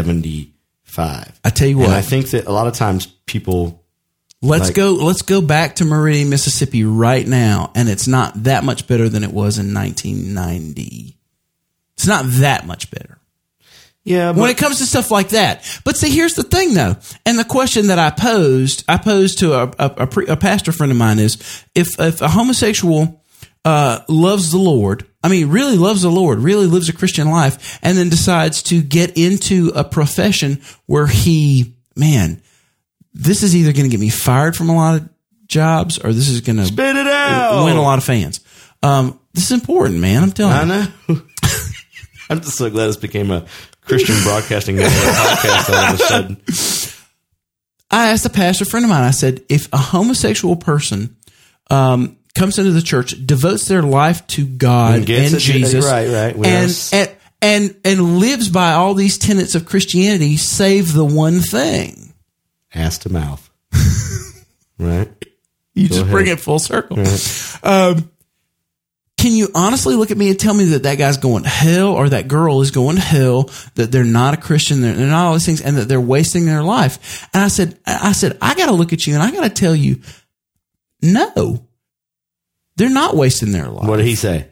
Speaker 2: 1975.
Speaker 3: I tell you
Speaker 2: And
Speaker 3: what.
Speaker 2: I think that a lot of times people
Speaker 3: Let's
Speaker 2: like-
Speaker 3: go. Let's go back to Meridian, Mississippi, right now, and it's not that much better than it was in 1990. It's not that much better.
Speaker 2: yeah,
Speaker 3: when
Speaker 2: but
Speaker 3: it comes to stuff like that. But see, here's the thing though, and the question that I posed, I posed to a a, a, pre, a pastor friend of mine is, if if a homosexual uh, loves the Lord, I mean, really loves the Lord, really lives a Christian life, and then decides to get into a profession where he, man, this is either going to get me fired from a lot of jobs, or this is going to
Speaker 2: spit it out.
Speaker 3: win a lot of fans. Um, this is important, man. I'm telling you.
Speaker 2: I know. (laughs) I'm just so glad this became a Christian broadcasting (laughs) network podcast all of a sudden.
Speaker 3: I asked a pastor friend of mine, I said, if a homosexual person um, comes into the church, devotes their life to God (laughs) and,
Speaker 2: And gets it,
Speaker 3: Jesus,
Speaker 2: right, right, we are
Speaker 3: and,
Speaker 2: s-
Speaker 3: and, and, and lives by all these tenets of Christianity, save the one thing.
Speaker 2: Ass to mouth. right?
Speaker 3: You just bring it full circle. Um, can you honestly look at me and tell me that that guy's going to hell or that girl is going to hell, that they're not a Christian, they're, they're not all these things, and that they're wasting their life? And I said, I said, I got to look at you and I got to tell you, no, they're not wasting their life.
Speaker 2: What did he say?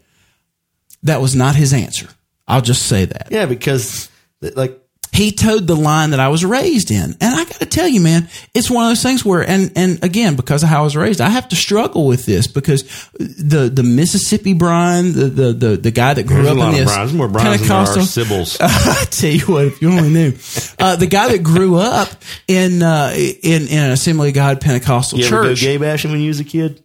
Speaker 3: That was not his answer. I'll just say that.
Speaker 2: Yeah, because like
Speaker 3: He towed the line that I was raised in. And I got to tell you, man, it's one of those things where, and, and again, because of how I was raised, I have to struggle with this because the, the Mississippi Brian, the, the, the, the guy that grew
Speaker 2: There's a
Speaker 3: up
Speaker 2: lot
Speaker 3: in
Speaker 2: of
Speaker 3: this
Speaker 2: Brian's. More Brian's than there are
Speaker 3: (laughs)
Speaker 2: Sybils.
Speaker 3: I tell you what, if you only knew, uh, the guy that grew up in, uh, in, in an Assembly of God Pentecostal
Speaker 2: You ever go
Speaker 3: church.
Speaker 2: gay bashing when you was a kid?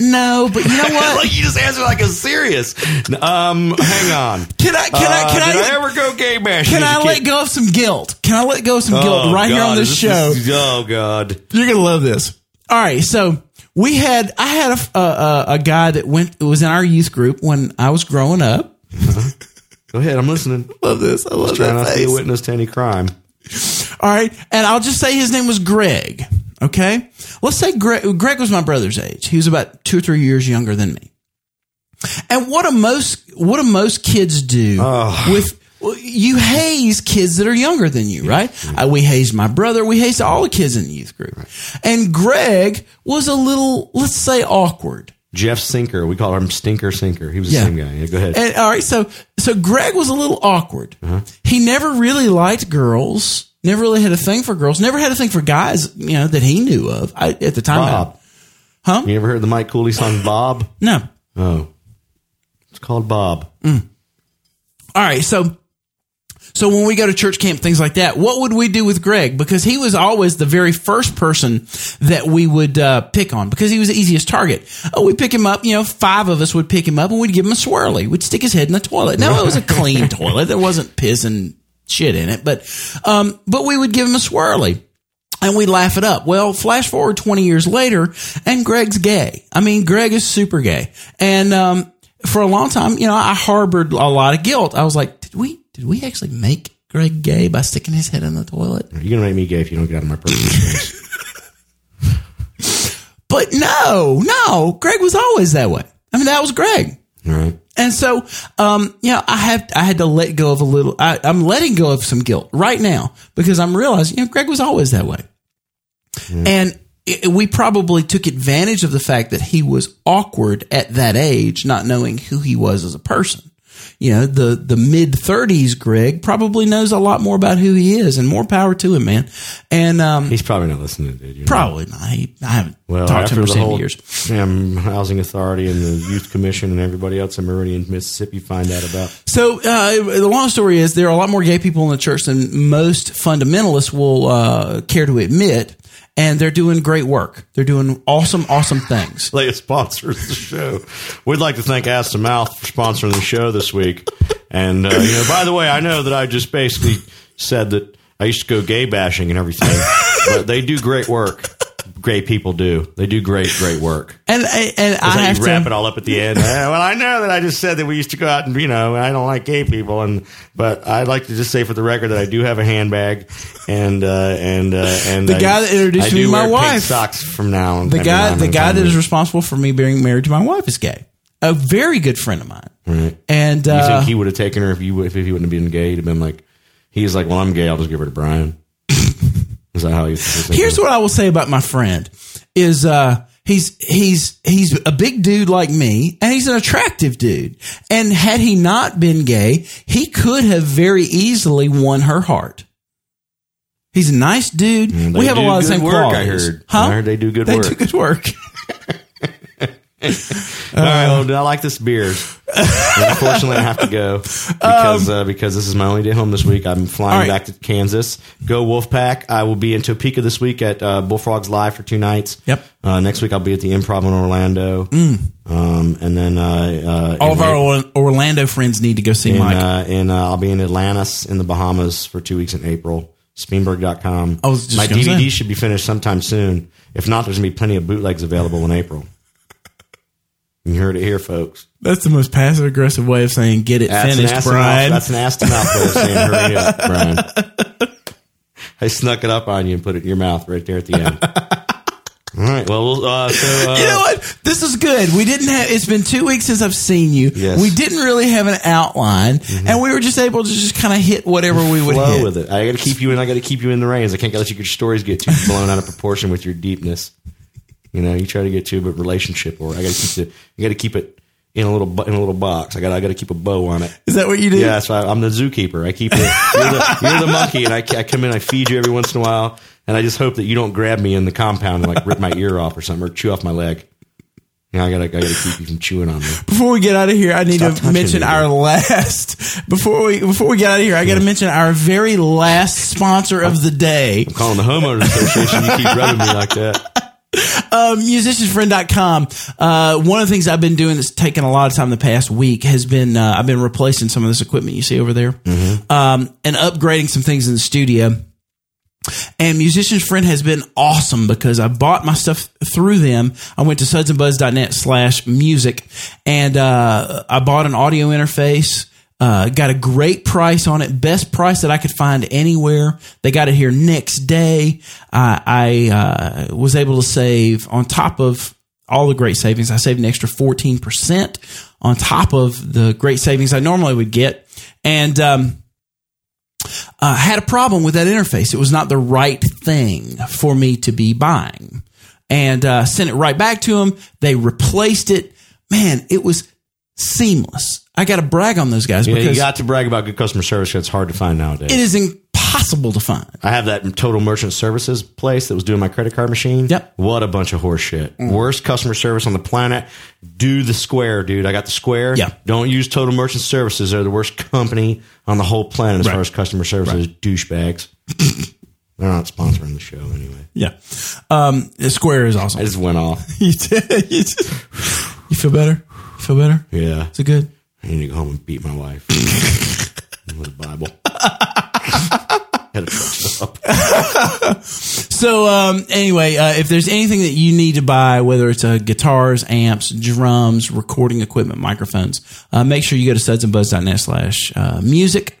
Speaker 3: No, but you know what?
Speaker 2: (laughs) like you just answered like a serious. Um, hang on.
Speaker 3: Can I- can I- can
Speaker 2: Uh,
Speaker 3: I-
Speaker 2: did I ever go gay bashing?
Speaker 3: Can
Speaker 2: as a
Speaker 3: I
Speaker 2: kid?
Speaker 3: let go of some guilt? Can I let go of some guilt
Speaker 2: Oh,
Speaker 3: right here on
Speaker 2: God,
Speaker 3: this
Speaker 2: is
Speaker 3: show?
Speaker 2: is- oh God.
Speaker 3: You're gonna love this. All right, so we had I had a f- a, a, a guy that went was in our youth group when I was growing up.
Speaker 2: Go ahead. I'm listening.
Speaker 3: Love this. I love
Speaker 2: Trying not
Speaker 3: that
Speaker 2: to be a
Speaker 3: face.
Speaker 2: witness to any crime.
Speaker 3: All right, and I'll just say his name was Greg. Okay, let's say Greg. Greg was my brother's age. He was about two or three years younger than me. And what do most what do most kids do with well, you haze kids that are younger than you, right? I, we hazed my brother. We hazed all the kids in the youth group. And Greg was a little, let's say, awkward.
Speaker 2: Jeff Sinker. We call him Stinker Sinker. He was the
Speaker 3: Yeah.
Speaker 2: same guy. Yeah, go ahead.
Speaker 3: And all right, so so Greg was a little awkward. He never really liked girls. Never really had a thing for girls. Never had a thing for guys. You know that he knew of I, at the time.
Speaker 2: Bob.
Speaker 3: Huh?
Speaker 2: You ever heard the Mike Cooley song Bob?
Speaker 3: No.
Speaker 2: Oh, it's called Bob.
Speaker 3: All right, so so when we go to church camp, things like that, what would we do with Greg? Because he was always the very first person that we would uh, pick on because he was the easiest target. Oh, we pick him up, you know, five of us would pick him up and we'd give him a swirly. We'd stick his head in the toilet. No, it was a clean toilet. There wasn't piss and shit in it, but um, but we would give him a swirly. And we laugh it up. Well, flash forward 20 years later and Greg's gay. I mean, Greg is super gay. And, um, for a long time, you know, I harbored a lot of guilt. I was like, did we, did we actually make Greg gay by sticking his head in the toilet?
Speaker 2: You're gonna make me gay if you don't get out of my personal space.
Speaker 3: (laughs) But no, no, Greg was always that way. I mean, that was Greg.
Speaker 2: All right.
Speaker 3: And so, um, you know, I have I had to let go of a little. I, I'm letting go of some guilt right now because I'm realizing, you know, Greg was always that way, and it, we probably took advantage of the fact that he was awkward at that age, not knowing who he was as a person. You know, the the mid 30s Greg probably knows a lot more about who he is, and more power to him, man. And um,
Speaker 2: He's probably not listening, dude. You're not-
Speaker 3: probably not. He, I haven't
Speaker 2: Well,
Speaker 3: talked to him
Speaker 2: after
Speaker 3: for
Speaker 2: the
Speaker 3: seven
Speaker 2: whole
Speaker 3: years.
Speaker 2: damn housing authority and the youth commission and everybody else in Meridian, Mississippi, find out about.
Speaker 3: So uh, the long story is there are a lot more gay people in the church than most fundamentalists will uh, care to admit, and they're doing great work. They're doing awesome, awesome things.
Speaker 2: Leia sponsors the show. We'd like to thank Ass to Mouth for sponsoring the show this week. And uh, you know, by the way, I know that I just basically said that I used to go gay bashing and everything, but they do great work. Great people do. They do great, great work.
Speaker 3: And and, and
Speaker 2: Is
Speaker 3: I
Speaker 2: that
Speaker 3: have
Speaker 2: you wrap it
Speaker 3: to.
Speaker 2: all up at
Speaker 3: (laughs)
Speaker 2: the end. Yeah, well, I know that I just said that we used to go out and you know I don't like gay people, and but I'd like to just say for the record that I do have a handbag, and uh, and uh, and
Speaker 3: The
Speaker 2: I-
Speaker 3: guy that introduced
Speaker 2: I
Speaker 3: me
Speaker 2: do
Speaker 3: to my
Speaker 2: wear pink
Speaker 3: wife.
Speaker 2: socks from now. on.
Speaker 3: The
Speaker 2: every
Speaker 3: guy,
Speaker 2: now
Speaker 3: the
Speaker 2: and
Speaker 3: guy
Speaker 2: then.
Speaker 3: that is responsible for me being married to my wife is gay. A very good friend of mine. And
Speaker 2: You
Speaker 3: uh,
Speaker 2: think he would have taken her if you if he wouldn't have been gay? He'd have been like, he's like, well, I'm gay. I'll just give her
Speaker 3: (laughs)
Speaker 2: to Brian. Is that how he's?
Speaker 3: here's what I will say about my friend is uh he's he's he's a big dude like me and he's an attractive dude. And had he not been gay, he could have very easily won her heart. He's a nice dude.
Speaker 2: Mm, they
Speaker 3: we have a
Speaker 2: do
Speaker 3: lot of the
Speaker 2: good
Speaker 3: same
Speaker 2: work, I
Speaker 3: qualities.
Speaker 2: heard.
Speaker 3: Huh?
Speaker 2: I heard they do good
Speaker 3: They
Speaker 2: work.
Speaker 3: do good work.
Speaker 2: All right, well, dude, I like this beer. And Unfortunately, I have to go because uh, because this is my only day home this week. I'm flying
Speaker 3: Um, All right.
Speaker 2: back to Kansas. Go Wolfpack! I will be in Topeka this week at uh, Bullfrogs Live for two nights.
Speaker 3: Yep. Mm.
Speaker 2: Uh, next week I'll be at the Improv in Orlando. Um, and then uh, uh,
Speaker 3: All
Speaker 2: in
Speaker 3: of our Orla- Orlando friends need to go see
Speaker 2: in,
Speaker 3: Mike.
Speaker 2: uh, in uh, I'll be in Atlantis in the Bahamas for two weeks in April. Speenberg.com.
Speaker 3: I was just
Speaker 2: My
Speaker 3: gonna
Speaker 2: DVD
Speaker 3: say.
Speaker 2: should be finished sometime soon. If not, there's going to be plenty of bootlegs available in April. You heard it here, folks.
Speaker 3: that's the most passive aggressive way of saying get it
Speaker 2: That's
Speaker 3: finished,
Speaker 2: an
Speaker 3: Brian.
Speaker 2: That's an astronaut way of saying hurry
Speaker 3: (laughs)
Speaker 2: up, Brian. I snuck it up on you and put it in your mouth right there at the end. All right. Well, we'll, uh, so uh,
Speaker 3: You know what? This is good. We didn't have. It's been two weeks since I've seen you.
Speaker 2: Yes. Mm-hmm.
Speaker 3: We didn't really have an outline, and we were just able to just kind of hit whatever we would
Speaker 2: flow
Speaker 3: hit.
Speaker 2: with it. I got to keep you in. I got to keep you in the reins. I can't let your stories get too blown out of proportion with your deepness. You know, you try to get too, but relationship or I got to keep the. You got to keep it in a little bo- in a little box. I got I got to keep a bow on it.
Speaker 3: Is that what you do?
Speaker 2: Yeah, so I, I'm the zookeeper. I keep it. You're the, you're the monkey, and I, I come in. I feed you every once in a while, and I just hope that you don't grab me in the compound and like rip my ear off or something, or chew off my leg. You know, I gotta I gotta keep you from chewing on me.
Speaker 3: Before we get out of here, I need
Speaker 2: Stop
Speaker 3: to
Speaker 2: touching
Speaker 3: mention
Speaker 2: me,
Speaker 3: our last (laughs) before we before we get out of here, I got to mention our very last sponsor of the day.
Speaker 2: I'm calling the homeowners association. You keep rubbing me like that.
Speaker 3: um, musiciansfriend.com. Uh, one of the things I've been doing that's taken a lot of time the past week has been uh, I've been replacing some of this equipment you see over there
Speaker 2: Mm-hmm.
Speaker 3: um, and upgrading some things in the studio. And Musician's Friend has been awesome because I bought my stuff through them. I went to sudsandbuds.net slash music and uh, I bought an audio interface. Uh, got a great price on it, best price that I could find anywhere. They got it here next day. Uh, I uh, was able to save on top of all the great savings. I saved an extra 14% on top of the great savings I normally would get. And, um, uh, had a problem with that interface. It was not the right thing for me to be buying. And uh, sent it right back to them. They replaced it. Man, it was seamless. I got to brag on those guys
Speaker 2: Yeah, you
Speaker 3: because
Speaker 2: got to brag about good customer service. 'cause It's hard to find nowadays.
Speaker 3: it is impossible to find.
Speaker 2: I have that total merchant services place that was doing my credit card machine.
Speaker 3: Yep. Mm.
Speaker 2: What a bunch of horse shit. Worst customer service on the planet. Do the square, dude. I got the square.
Speaker 3: Yeah.
Speaker 2: Don't use total merchant services. They're the worst company on the whole planet as far as customer
Speaker 3: (coughs)
Speaker 2: services. Douchebags. They're not sponsoring the show anyway.
Speaker 3: Yeah. Um, Square is awesome.
Speaker 2: I (laughs) just went off.
Speaker 3: you, did- you did- you feel better? You feel better?
Speaker 2: Yeah.
Speaker 3: Is it good?
Speaker 2: I need to go home and beat
Speaker 3: (laughs)
Speaker 2: my wife with a Bible. Had to fix it up.
Speaker 3: So um, anyway, uh, if there's anything that you need to buy, whether it's uh, guitars, amps, drums, recording equipment, microphones, uh, make sure you go to sudsandbuds.net slash uh, music.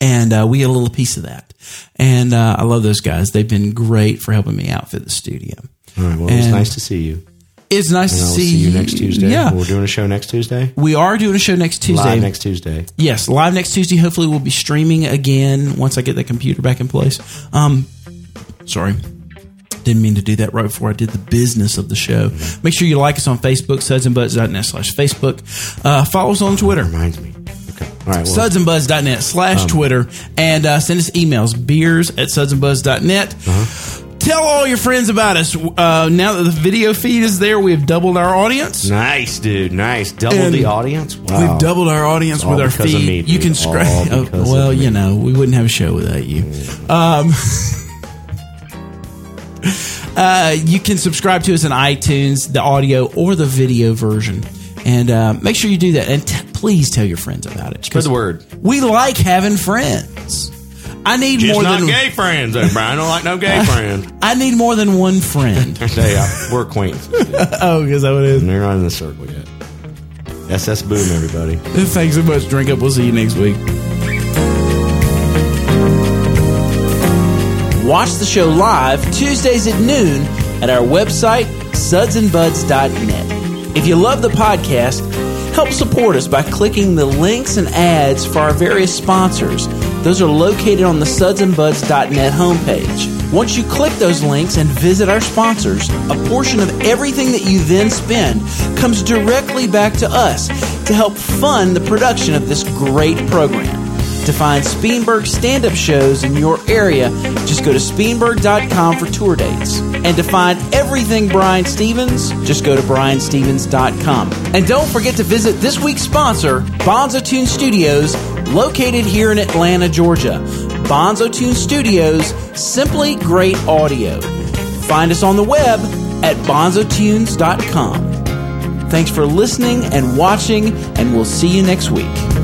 Speaker 3: And uh, we get a little piece of that. And uh, I love those guys. They've been great for helping me outfit the studio.
Speaker 2: All right. Well, it was
Speaker 3: And-
Speaker 2: nice to see you.
Speaker 3: It's nice to
Speaker 2: I'll
Speaker 3: see,
Speaker 2: see you next Tuesday.
Speaker 3: Yeah.
Speaker 2: We're doing a show next Tuesday.
Speaker 3: We are doing a show next Tuesday.
Speaker 2: Live next Tuesday.
Speaker 3: yes, live next Tuesday. Hopefully, we'll be streaming again once I get the computer back in place. Um, sorry, didn't mean to do that right before I did the business of the show. Make sure you like us on Facebook, sudsandbuds.net slash Facebook. Uh, follow us on Twitter,
Speaker 2: Reminds me. Okay. All right. Well,
Speaker 3: sudsandbuds.net slash Twitter, and uh, send us emails, beers at sudsandbuds.net. Tell all your friends about us. Uh, now that the video feed is there, we have doubled our audience.
Speaker 2: nice, dude. Nice. Double
Speaker 3: And
Speaker 2: the audience. Wow.
Speaker 3: We've doubled our audience
Speaker 2: Oh. all
Speaker 3: with our
Speaker 2: because
Speaker 3: feed.
Speaker 2: of me,
Speaker 3: you
Speaker 2: dude.
Speaker 3: can
Speaker 2: All
Speaker 3: scratch. Oh,
Speaker 2: because of
Speaker 3: well,
Speaker 2: me. Mm.
Speaker 3: you know, we wouldn't have a show without you. Um, (laughs) uh, you can subscribe to us on iTunes, the audio or the video version, and uh, make sure you do that. And t- please tell your friends about it.
Speaker 2: Spread the word.
Speaker 3: We like having friends. I need
Speaker 2: Just
Speaker 3: more
Speaker 2: not
Speaker 3: than
Speaker 2: gay friends, though, Brian. I don't like
Speaker 3: (laughs)
Speaker 2: no gay friends.
Speaker 3: I need more than one
Speaker 2: (laughs)
Speaker 3: friend.
Speaker 2: Hey, I- we're acquaintances. dude.
Speaker 3: oh, because that what it
Speaker 2: They're not in the circle yet. SS Boom, everybody.
Speaker 3: is. Thanks so much. Drink up. We'll see you next week.
Speaker 1: Watch the show live Tuesdays at noon at our website, sudsandbuds.net. If you love the podcast, help support us by clicking the links and ads for our various sponsors. Those are located on the sudsandbuds.net homepage. Once you click those links and visit our sponsors, a portion of everything that you then spend comes directly back to us to help fund the production of this great program. To find Speenberg stand up shows in your area, just go to Speenberg.com for tour dates. And to find everything Brian Stevens, just go to BrianStevens.com. And don't forget to visit this week's sponsor, Bonzo Tune Studios, located here in Atlanta, Georgia. Bonzo Tune Studios, simply great audio. Find us on the web at bonzotunes.com. Thanks for listening and watching, and we'll see you next week.